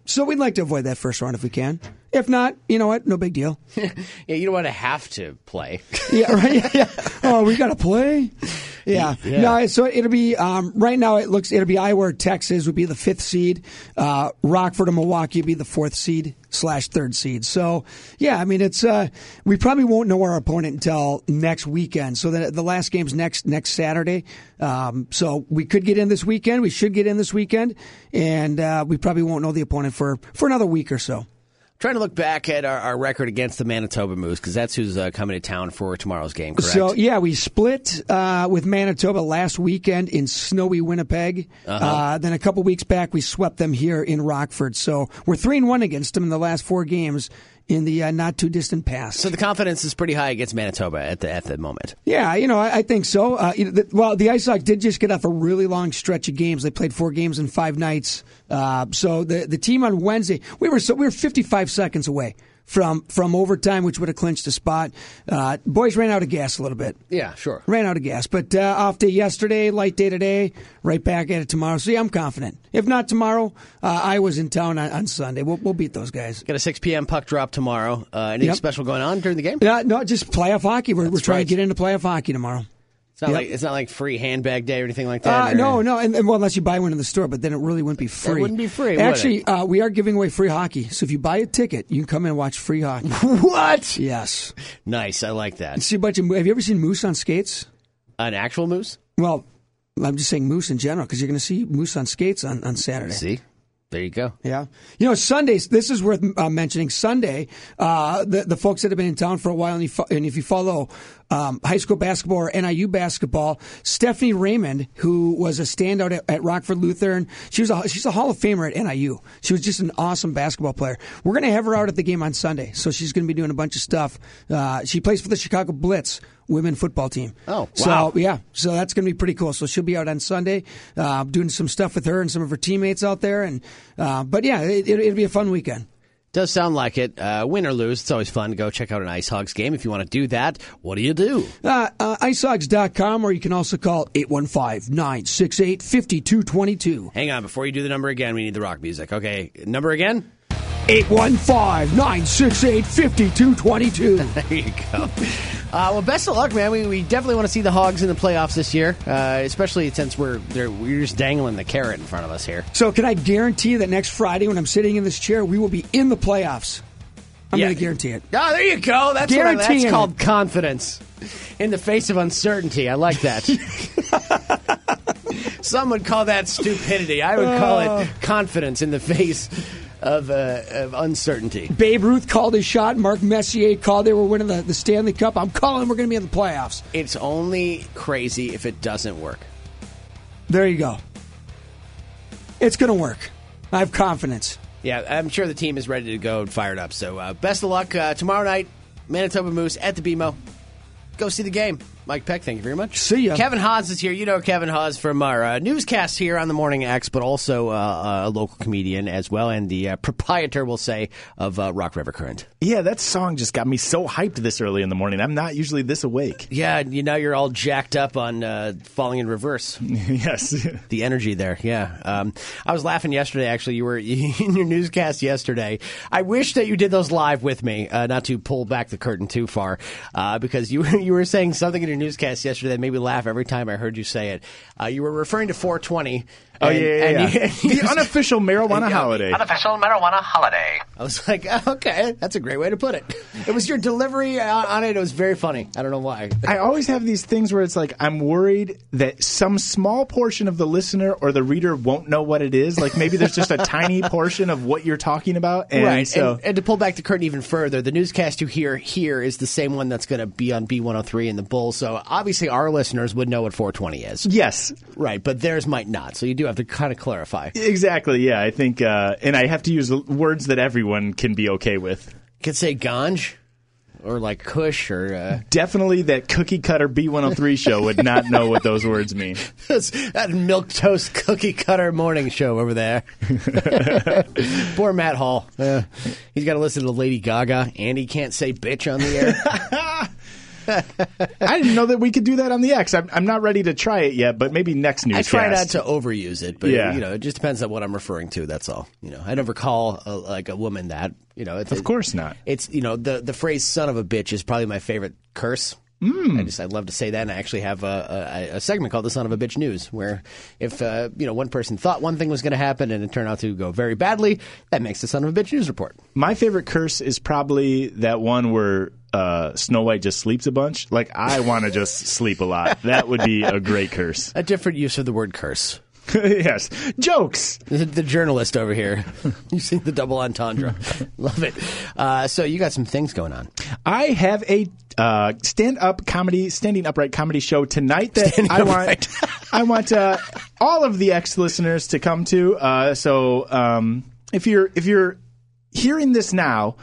S: So we'd like to avoid that first round if we can. If not, you know what? No big deal.
D: Yeah, you don't want to have to play.
S: yeah, right. Yeah. Oh, we got to play. (laughs) Yeah.
D: (laughs) Yeah.
S: No, so it'll be um, right now. It looks it'll be Iowa, or Texas would be the fifth seed. Uh, Rockford and Milwaukee would be the fourth seed slash third seed. So yeah, I mean it's uh, we probably won't know our opponent until next weekend. So the, the last game's next next Saturday. Um, so we could get in this weekend. We should get in this weekend, and uh, we probably won't know the opponent for for another week or so.
D: Trying to look back at our, our record against the Manitoba Moose because that's who's uh, coming to town for tomorrow's game. Correct.
S: So yeah, we split uh, with Manitoba last weekend in snowy Winnipeg. uh
D: Uh-huh.
S: then a couple weeks back, we swept them here in Rockford. So we're three and one against them in the last four games in the uh, not too distant past.
D: so the confidence is pretty high against Manitoba at the at the moment.
S: Yeah, you know, I, I think so. Uh, you know, the, well, the Ice Hawks did just get off a really long stretch of games. They played four games in five nights. Uh, so the the team on Wednesday, we were so we were 55 seconds away from from overtime, which would have clinched the spot. Uh, boys ran out of gas a little bit.
D: Yeah, sure.
S: Ran out of gas, but uh, off day yesterday, light day today, right back at it tomorrow. So yeah, I'm confident. If not tomorrow, uh, I was in town on, on Sunday. We'll, we'll beat those guys.
D: Got a 6 p.m. puck drop tomorrow. Uh, anything
S: Yep.
D: special going on during the game?
S: Yeah, no, just playoff hockey. We're, we're trying
D: right.
S: to get into playoff hockey tomorrow.
D: It's not
S: Yep.
D: like it's not like free handbag day or anything like
S: Uh,
D: that. or-
S: no, no, and, and well, unless you buy one in the store, but then it really wouldn't be free.
D: wouldn't be free, would
S: Actually, (laughs)
D: it?
S: Uh, we are giving away free hockey. So if you buy a ticket, you can come in and watch free hockey.
D: what?
S: Yes.
D: Nice. I like that.
S: See a bunch of. mo- Have you ever seen moose on skates?
D: An actual moose?
S: Well, I'm just saying moose in general because you're going to see moose on skates on, on Saturday.
D: See, there you go.
S: Yeah. You know, Sundays, this is worth uh, mentioning. Sunday, uh, the, the folks that have been in town for a while, and, you fo- and if you follow um, high school basketball or NIU basketball, Stephanie Raymond, who was a standout at, at Rockford Lutheran, she was a, she's a Hall of Famer at NIU. She was just an awesome basketball player. We're going to have her out at the game on Sunday, so she's going to be doing a bunch of stuff. Uh, she plays for the Chicago Blitz women football team.
D: Oh, wow.
S: So, yeah, so that's going to be pretty cool. So she'll be out on Sunday, uh, doing some stuff with her and some of her teammates out there. And uh, but yeah, it, it, it'll be a fun weekend.
D: Does sound like it. Uh, win or lose, it's always fun to go check out an Ice Hogs game. If you want to do that, what do you do?
S: Uh, uh, icehogs.com, or you can also call 815 968 5222.
D: Hang on, before you do the number again, we need the rock music. Okay, number again?
S: 815 968 5222.
D: (laughs) There you go. Uh, well, best of luck, man. We, we definitely want to see the Hogs in the playoffs this year, uh, especially since we're they're, we're just dangling the carrot in front of us here.
S: So, can I guarantee that next Friday, when I'm sitting in this chair, we will be in the playoffs? I'm
D: Yeah.
S: going to guarantee it.
D: Ah, there you go. That's what I- that's
S: Guaranteeing it.
D: called confidence in the face of uncertainty. I like
S: (laughs)
D: that. Some would call that stupidity. I would call
S: Oh.
D: it confidence in the face of, uh, of uncertainty.
S: Babe Ruth called his shot. Mark Messier called. They were winning the, the Stanley Cup. I'm calling. We're going to be in the playoffs.
D: It's only crazy if it doesn't work.
S: There you go. It's going to work. I have confidence.
D: Yeah, I'm sure the team is ready to go and fired up. So uh, best of luck uh, tomorrow night, Manitoba Moose at the BMO. Go see the game. Mike Peck, thank you very much. See ya. Kevin Haas is here. You know Kevin Haas from our uh, newscast here on the Morning X, but also uh, a local comedian as well, and the uh, proprietor, we'll say, of uh, Rock River Current.
P: Yeah, that song just got me so hyped this early in the morning. I'm not usually this awake.
D: Yeah, you now you're all jacked up on uh, falling in reverse.
P: (laughs) yes,
D: the energy there. Yeah, um, I was laughing yesterday. Actually, you were (laughs) in your newscast yesterday. I wish that you did those live with me, uh, not to pull back the curtain too far, uh, because you (laughs) you were saying something in your newscast yesterday that made me laugh every time I heard you say it. Uh, you were referring to 420.
P: Oh,
D: and-
P: yeah, yeah,
D: and
P: yeah.
D: you- (laughs)
P: The unofficial marijuana
D: and, uh,
P: holiday.
F: Unofficial marijuana holiday.
D: I was like, (laughs) oh, okay, that's a great way to put it. It was your delivery on, on it. It was very funny. I don't know why.
P: I always have these things where it's like I'm worried that some small portion of the listener or the reader won't know what it is. Like maybe there's just a (laughs) tiny portion of what you're talking about, and
D: right.
P: so
D: and, and to pull back the curtain even further, the newscast you hear here is the same one that's going to be on B103 in the Bull. So obviously, our listeners would know what 420 is.
P: Yes.
D: Right. But theirs might not. So you do have to kind of clarify.
P: exactly, yeah, I think, uh, and I have to use words that everyone can be okay with.
D: Could say ganj, or like kush, or uh,
P: definitely that cookie cutter B103 show would not know what those words mean.
D: (laughs) That's that milk toast cookie cutter morning show over there. (laughs) Poor Matt Hall. Uh, he's got to listen to Lady Gaga, and he can't say bitch on the air.
P: I didn't know (laughs) that we could do that on the X. I'm, I'm not ready to try it yet, but maybe next
D: I
P: newscast.
D: try not to overuse it, but
P: Yeah.
D: you know, it just depends on what I'm referring to. That's all. You know, I never call a, like a woman that. You know, it's,
P: Of course not.
D: It's you know the the phrase "son of a bitch" is probably my favorite curse.
P: Hmm.
D: I just I love to say that, and I actually have a, a, a segment called "The Son of a Bitch News," where if uh, you know one person thought one thing was going to happen and it turned out to go very badly, that makes the "Son of a Bitch News" report.
P: My favorite curse is probably that one where uh, Snow White just sleeps a bunch. Like, I want to just sleep a lot. That would be a great curse.
D: A different use of the word curse.
P: (laughs) yes. Jokes.
D: The, the journalist
P: (laughs)
D: over here. you see the double entendre. Love it. Uh, so you got some things going on. (laughs)
P: I have a uh, stand-up comedy, standing upright comedy show tonight that I want. I want (laughs) uh, all of the ex listeners to come to. Uh, so um, if you're if you're hearing this now.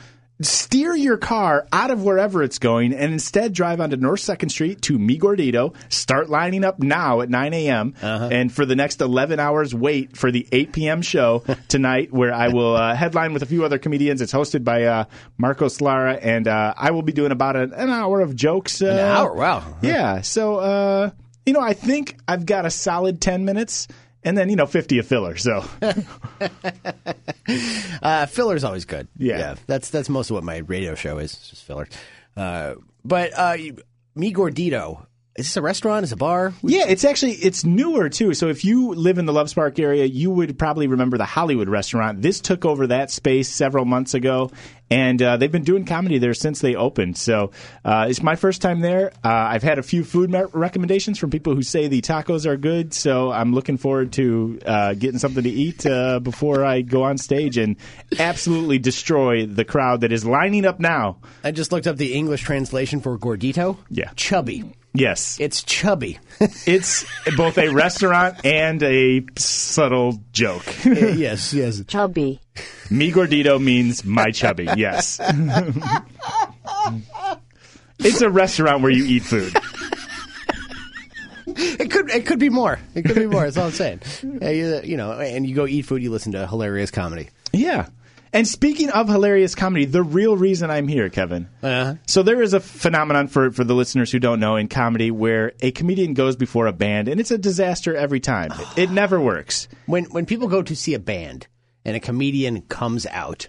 P: Steer your car out of wherever it's going and instead drive onto North 2nd Street to Mi Gordito. Start lining up now at 9 a.m. And for the next 11 hours, wait for the 8 p.m. show tonight, where I will uh, headline with a few other comedians. It's hosted by uh, Marcos Lara, and uh, I will be doing about an, an hour of jokes. Uh, an
D: hour? Wow.
P: Yeah. So, uh, you know, I think I've got a solid 10 minutes and then, you know, 50 a filler. So.
D: (laughs) Uh, filler's always good.
P: Yeah.
D: that's that's most of what my radio show is. It's just filler. Uh, but uh, you- me gordito. Is this a restaurant? Is it a bar?
P: (laughs) Yeah, it's actually it's newer too. So if you live in the Love Spark area, you would probably remember the Hollywood restaurant. This took over that space several months ago, and uh, they've been doing comedy there since they opened. So uh, it's my first time there. Uh, I've had a few food me- recommendations from people who say the tacos are good. So I'm looking forward to uh, getting something to eat uh, before I go on stage and absolutely destroy the crowd that is lining up now.
D: I just looked up the English translation for gordito.
P: Yeah,
D: chubby.
P: Yes, (laughs)
D: it's chubby.
P: it's both a restaurant and a subtle joke.
D: yes, yes.
T: Chubby.
P: Me gordito means my chubby. Yes, it's a restaurant where you eat food.
D: It could it could be more. It could be more. That's all I'm saying. (laughs) Yeah, you, you know, and you go eat food. You listen to hilarious comedy.
P: Yeah. And speaking of hilarious comedy, the real reason I'm here, Kevin. So there is a phenomenon for for the listeners who don't know in comedy where a comedian goes before a band and it's a disaster every time. it never works.
D: When when people go to see a band and a comedian comes out,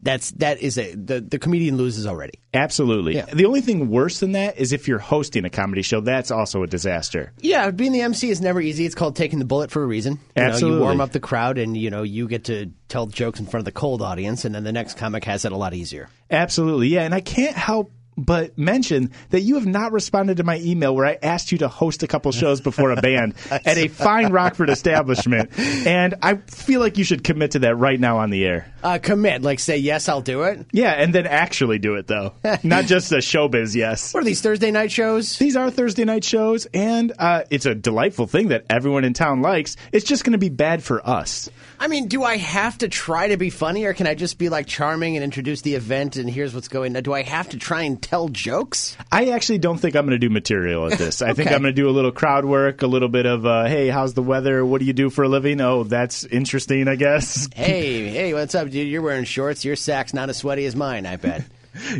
D: That's that is a the, the comedian loses already.
P: Absolutely.
D: Yeah.
P: The only thing worse than that is if you're hosting a comedy show. That's also a disaster.
D: Yeah, being the MC is never easy. It's called taking the bullet for a reason. You Know,
P: Absolutely.
D: you warm up the crowd, and you know you get to tell jokes in front of the cold audience, and then the next comic has it a lot easier.
P: (laughs) Absolutely. Yeah. And I can't help but mention that you have not responded to my email where I asked you to host a couple shows before a band at a fine Rockford establishment. And I feel like you should commit to that right now on the air.
D: Uh, commit, like say yes, I'll do it.
P: Yeah. And then actually do it, though. Not just the showbiz yes.
D: What are these Thursday night shows?
P: These are Thursday night shows. And uh, it's a delightful thing that everyone in town likes. It's just going to be bad for us.
D: I mean, do I have to try to be funny, or can I just be like charming and introduce the event and here's what's going? on? Do I have to try and tell jokes?
P: I actually don't think I'm going to do material at this. I think
D: Okay.
P: I'm going to do a little crowd work, a little bit of, uh, hey, how's the weather? What do you do for a living? Oh, that's interesting, I guess.
D: Hey, hey, what's up, dude? You're wearing shorts. Your sack's not as sweaty as mine, I bet.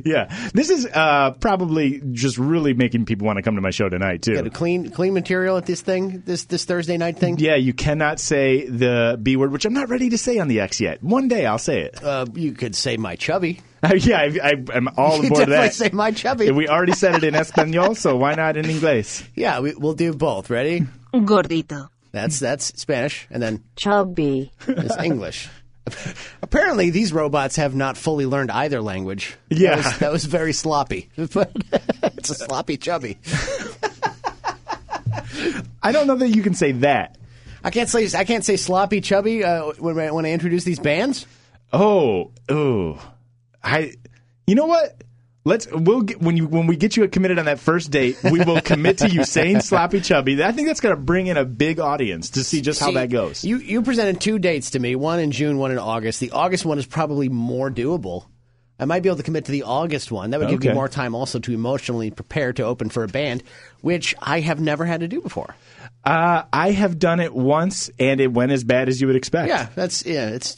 P: yeah. This is uh, probably just really making people want to come to my show tonight, too.
D: Got a clean, clean material at this thing, this this Thursday night thing.
P: Yeah, you cannot say the B word, which I'm not ready to say on the X yet. One day I'll say it.
D: Uh, you could say my chubby.
P: (laughs) yeah, I, I, I'm all
D: (laughs) you
P: aboard
D: definitely
P: that.
D: say my chubby.
P: we already said it in Espanol, so why not in English?
D: Yeah, we, we'll do both. Ready?
T: Gordito.
D: That's that's Spanish, and then
T: Chubby.
D: it's English. Apparently, these robots have not fully learned either language.
P: Yeah.
D: that was, that was very sloppy. (laughs) it's a sloppy chubby.
P: I don't know that you can say that.
D: I can't say I can't say sloppy chubby uh, when I, when I introduce these bands.
P: Oh, oh, I. You know what? Let's we'll get, when you when we get you committed on that first date, we will commit to you saying sloppy chubby. I think that's going to bring in a big audience to see just how
D: See,
P: that goes.
D: You you presented two dates to me, one in June, one in August. The August one is probably more doable. I might be able to commit to the August one. That would give me
P: Okay.
D: more time also to emotionally prepare to open for a band, which I have never had to do before.
P: Uh, I have done it once, and it went as bad as you would expect.
D: Yeah, that's yeah, it's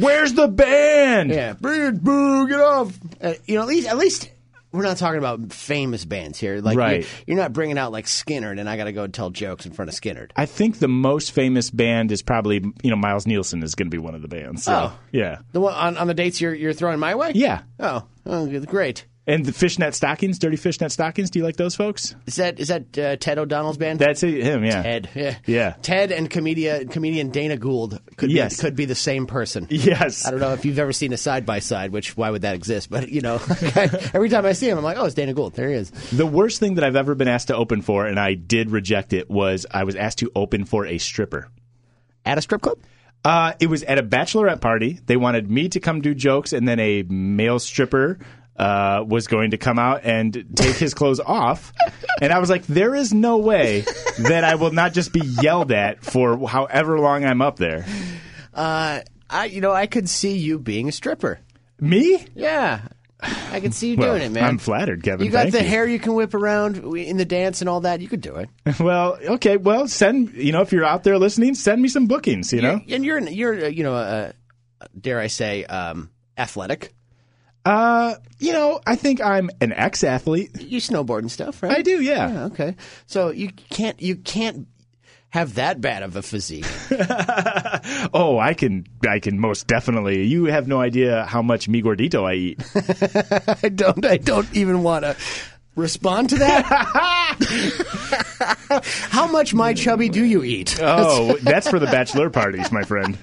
D: (laughs)
P: Where's the band?
D: Yeah, bring it, boo, get off. Uh, you know, at least at least we're not talking about famous bands here. Like you're-
P: Right.
D: you're, not bringing out like Skinnerd, and I got to go and tell jokes in front of Skinnerd.
P: I think the most famous band is probably you know Miles Nielsen is going to be one of the bands. So,
D: Oh.
P: yeah,
D: The one on, on the dates you're you're throwing my way.
P: yeah.
D: Oh, oh, great.
P: And the fishnet stockings, dirty fishnet stockings. Do you like those folks?
D: Is that is that uh, Ted O'Donnell's band?
P: That's it, him. Yeah,
D: Ted. (laughs) Yeah.
P: Yeah.
D: Ted and comedia, comedian Dana Gould could
P: Yes.
D: be, could be the same person.
P: Yes.
D: I don't know if you've ever seen a side by side, which why would that exist? But you know, (laughs) every time I see him, I'm like, oh, it's Dana Gould. There he is.
P: The worst thing that I've ever been asked to open for, and I did reject it, was I was asked to open for a stripper.
D: At a strip club?
P: Uh, it was at a bachelorette party. They wanted me to come do jokes, and then a male stripper uh, was going to come out and take his clothes off. And I was like, there is no way that I will not just be yelled at for however long I'm up there.
D: Uh, I you know I could see you being a stripper.
P: Me?
D: Yeah, I could see you
P: Well,
D: doing it, man.
P: I'm flattered, Kevin.
D: You got
P: Thank
D: the
P: you.
D: hair you can whip around in the dance and all that. You could do it.
P: (laughs) Well, okay. Well, send, you know, if you're out there listening, send me some bookings, you know?
D: and you're an- you're uh, you know uh, dare I say um, athletic.
P: Uh, you know, I think I'm an ex athlete.
D: You snowboard and stuff, right?
P: I do, yeah.
D: Okay, so you can't you can't have that bad of
P: (laughs)
D: a physique.
P: Oh, I can, I can most definitely. You have no idea how much mi gordito I
D: (laughs)
P: eat.
D: I don't I don't even want to respond to that. (laughs) How much my chubby do you eat?
P: Oh, that's for the bachelor parties, my friend.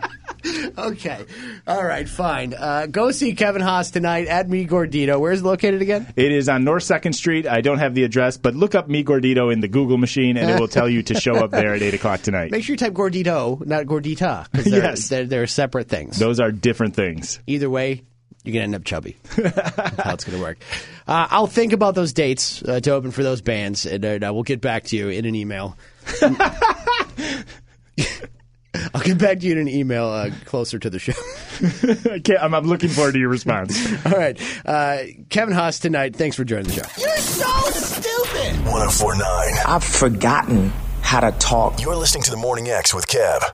D: Okay. All right, fine. Uh, go see Kevin Haas tonight at Me Gordito. Where's it located again?
P: It is on North Second Street. I don't have the address, but look up mi gordito in the Google machine, and it will tell you to show up there at eight o'clock tonight.
D: Make sure you type Gordito, not Gordita, because they're,
P: Yes.
D: they're, they're separate things.
P: Those are different things.
D: Either way, you're going to end up chubby.
P: (laughs)
D: That's how it's going to work. Uh, I'll think about those dates uh, to open for those bands, and uh, I will get back to you in an email. (laughs) I'll get back to you in an email uh, closer to the show.
P: (laughs) I can't, I'm, I'm looking forward to your response.
D: (laughs) All right. Uh, Kevin Haas tonight. Thanks for joining the show.
A: You're so stupid. 1049.
G: I've forgotten how to talk.
A: You're listening to the Morning X with Kev.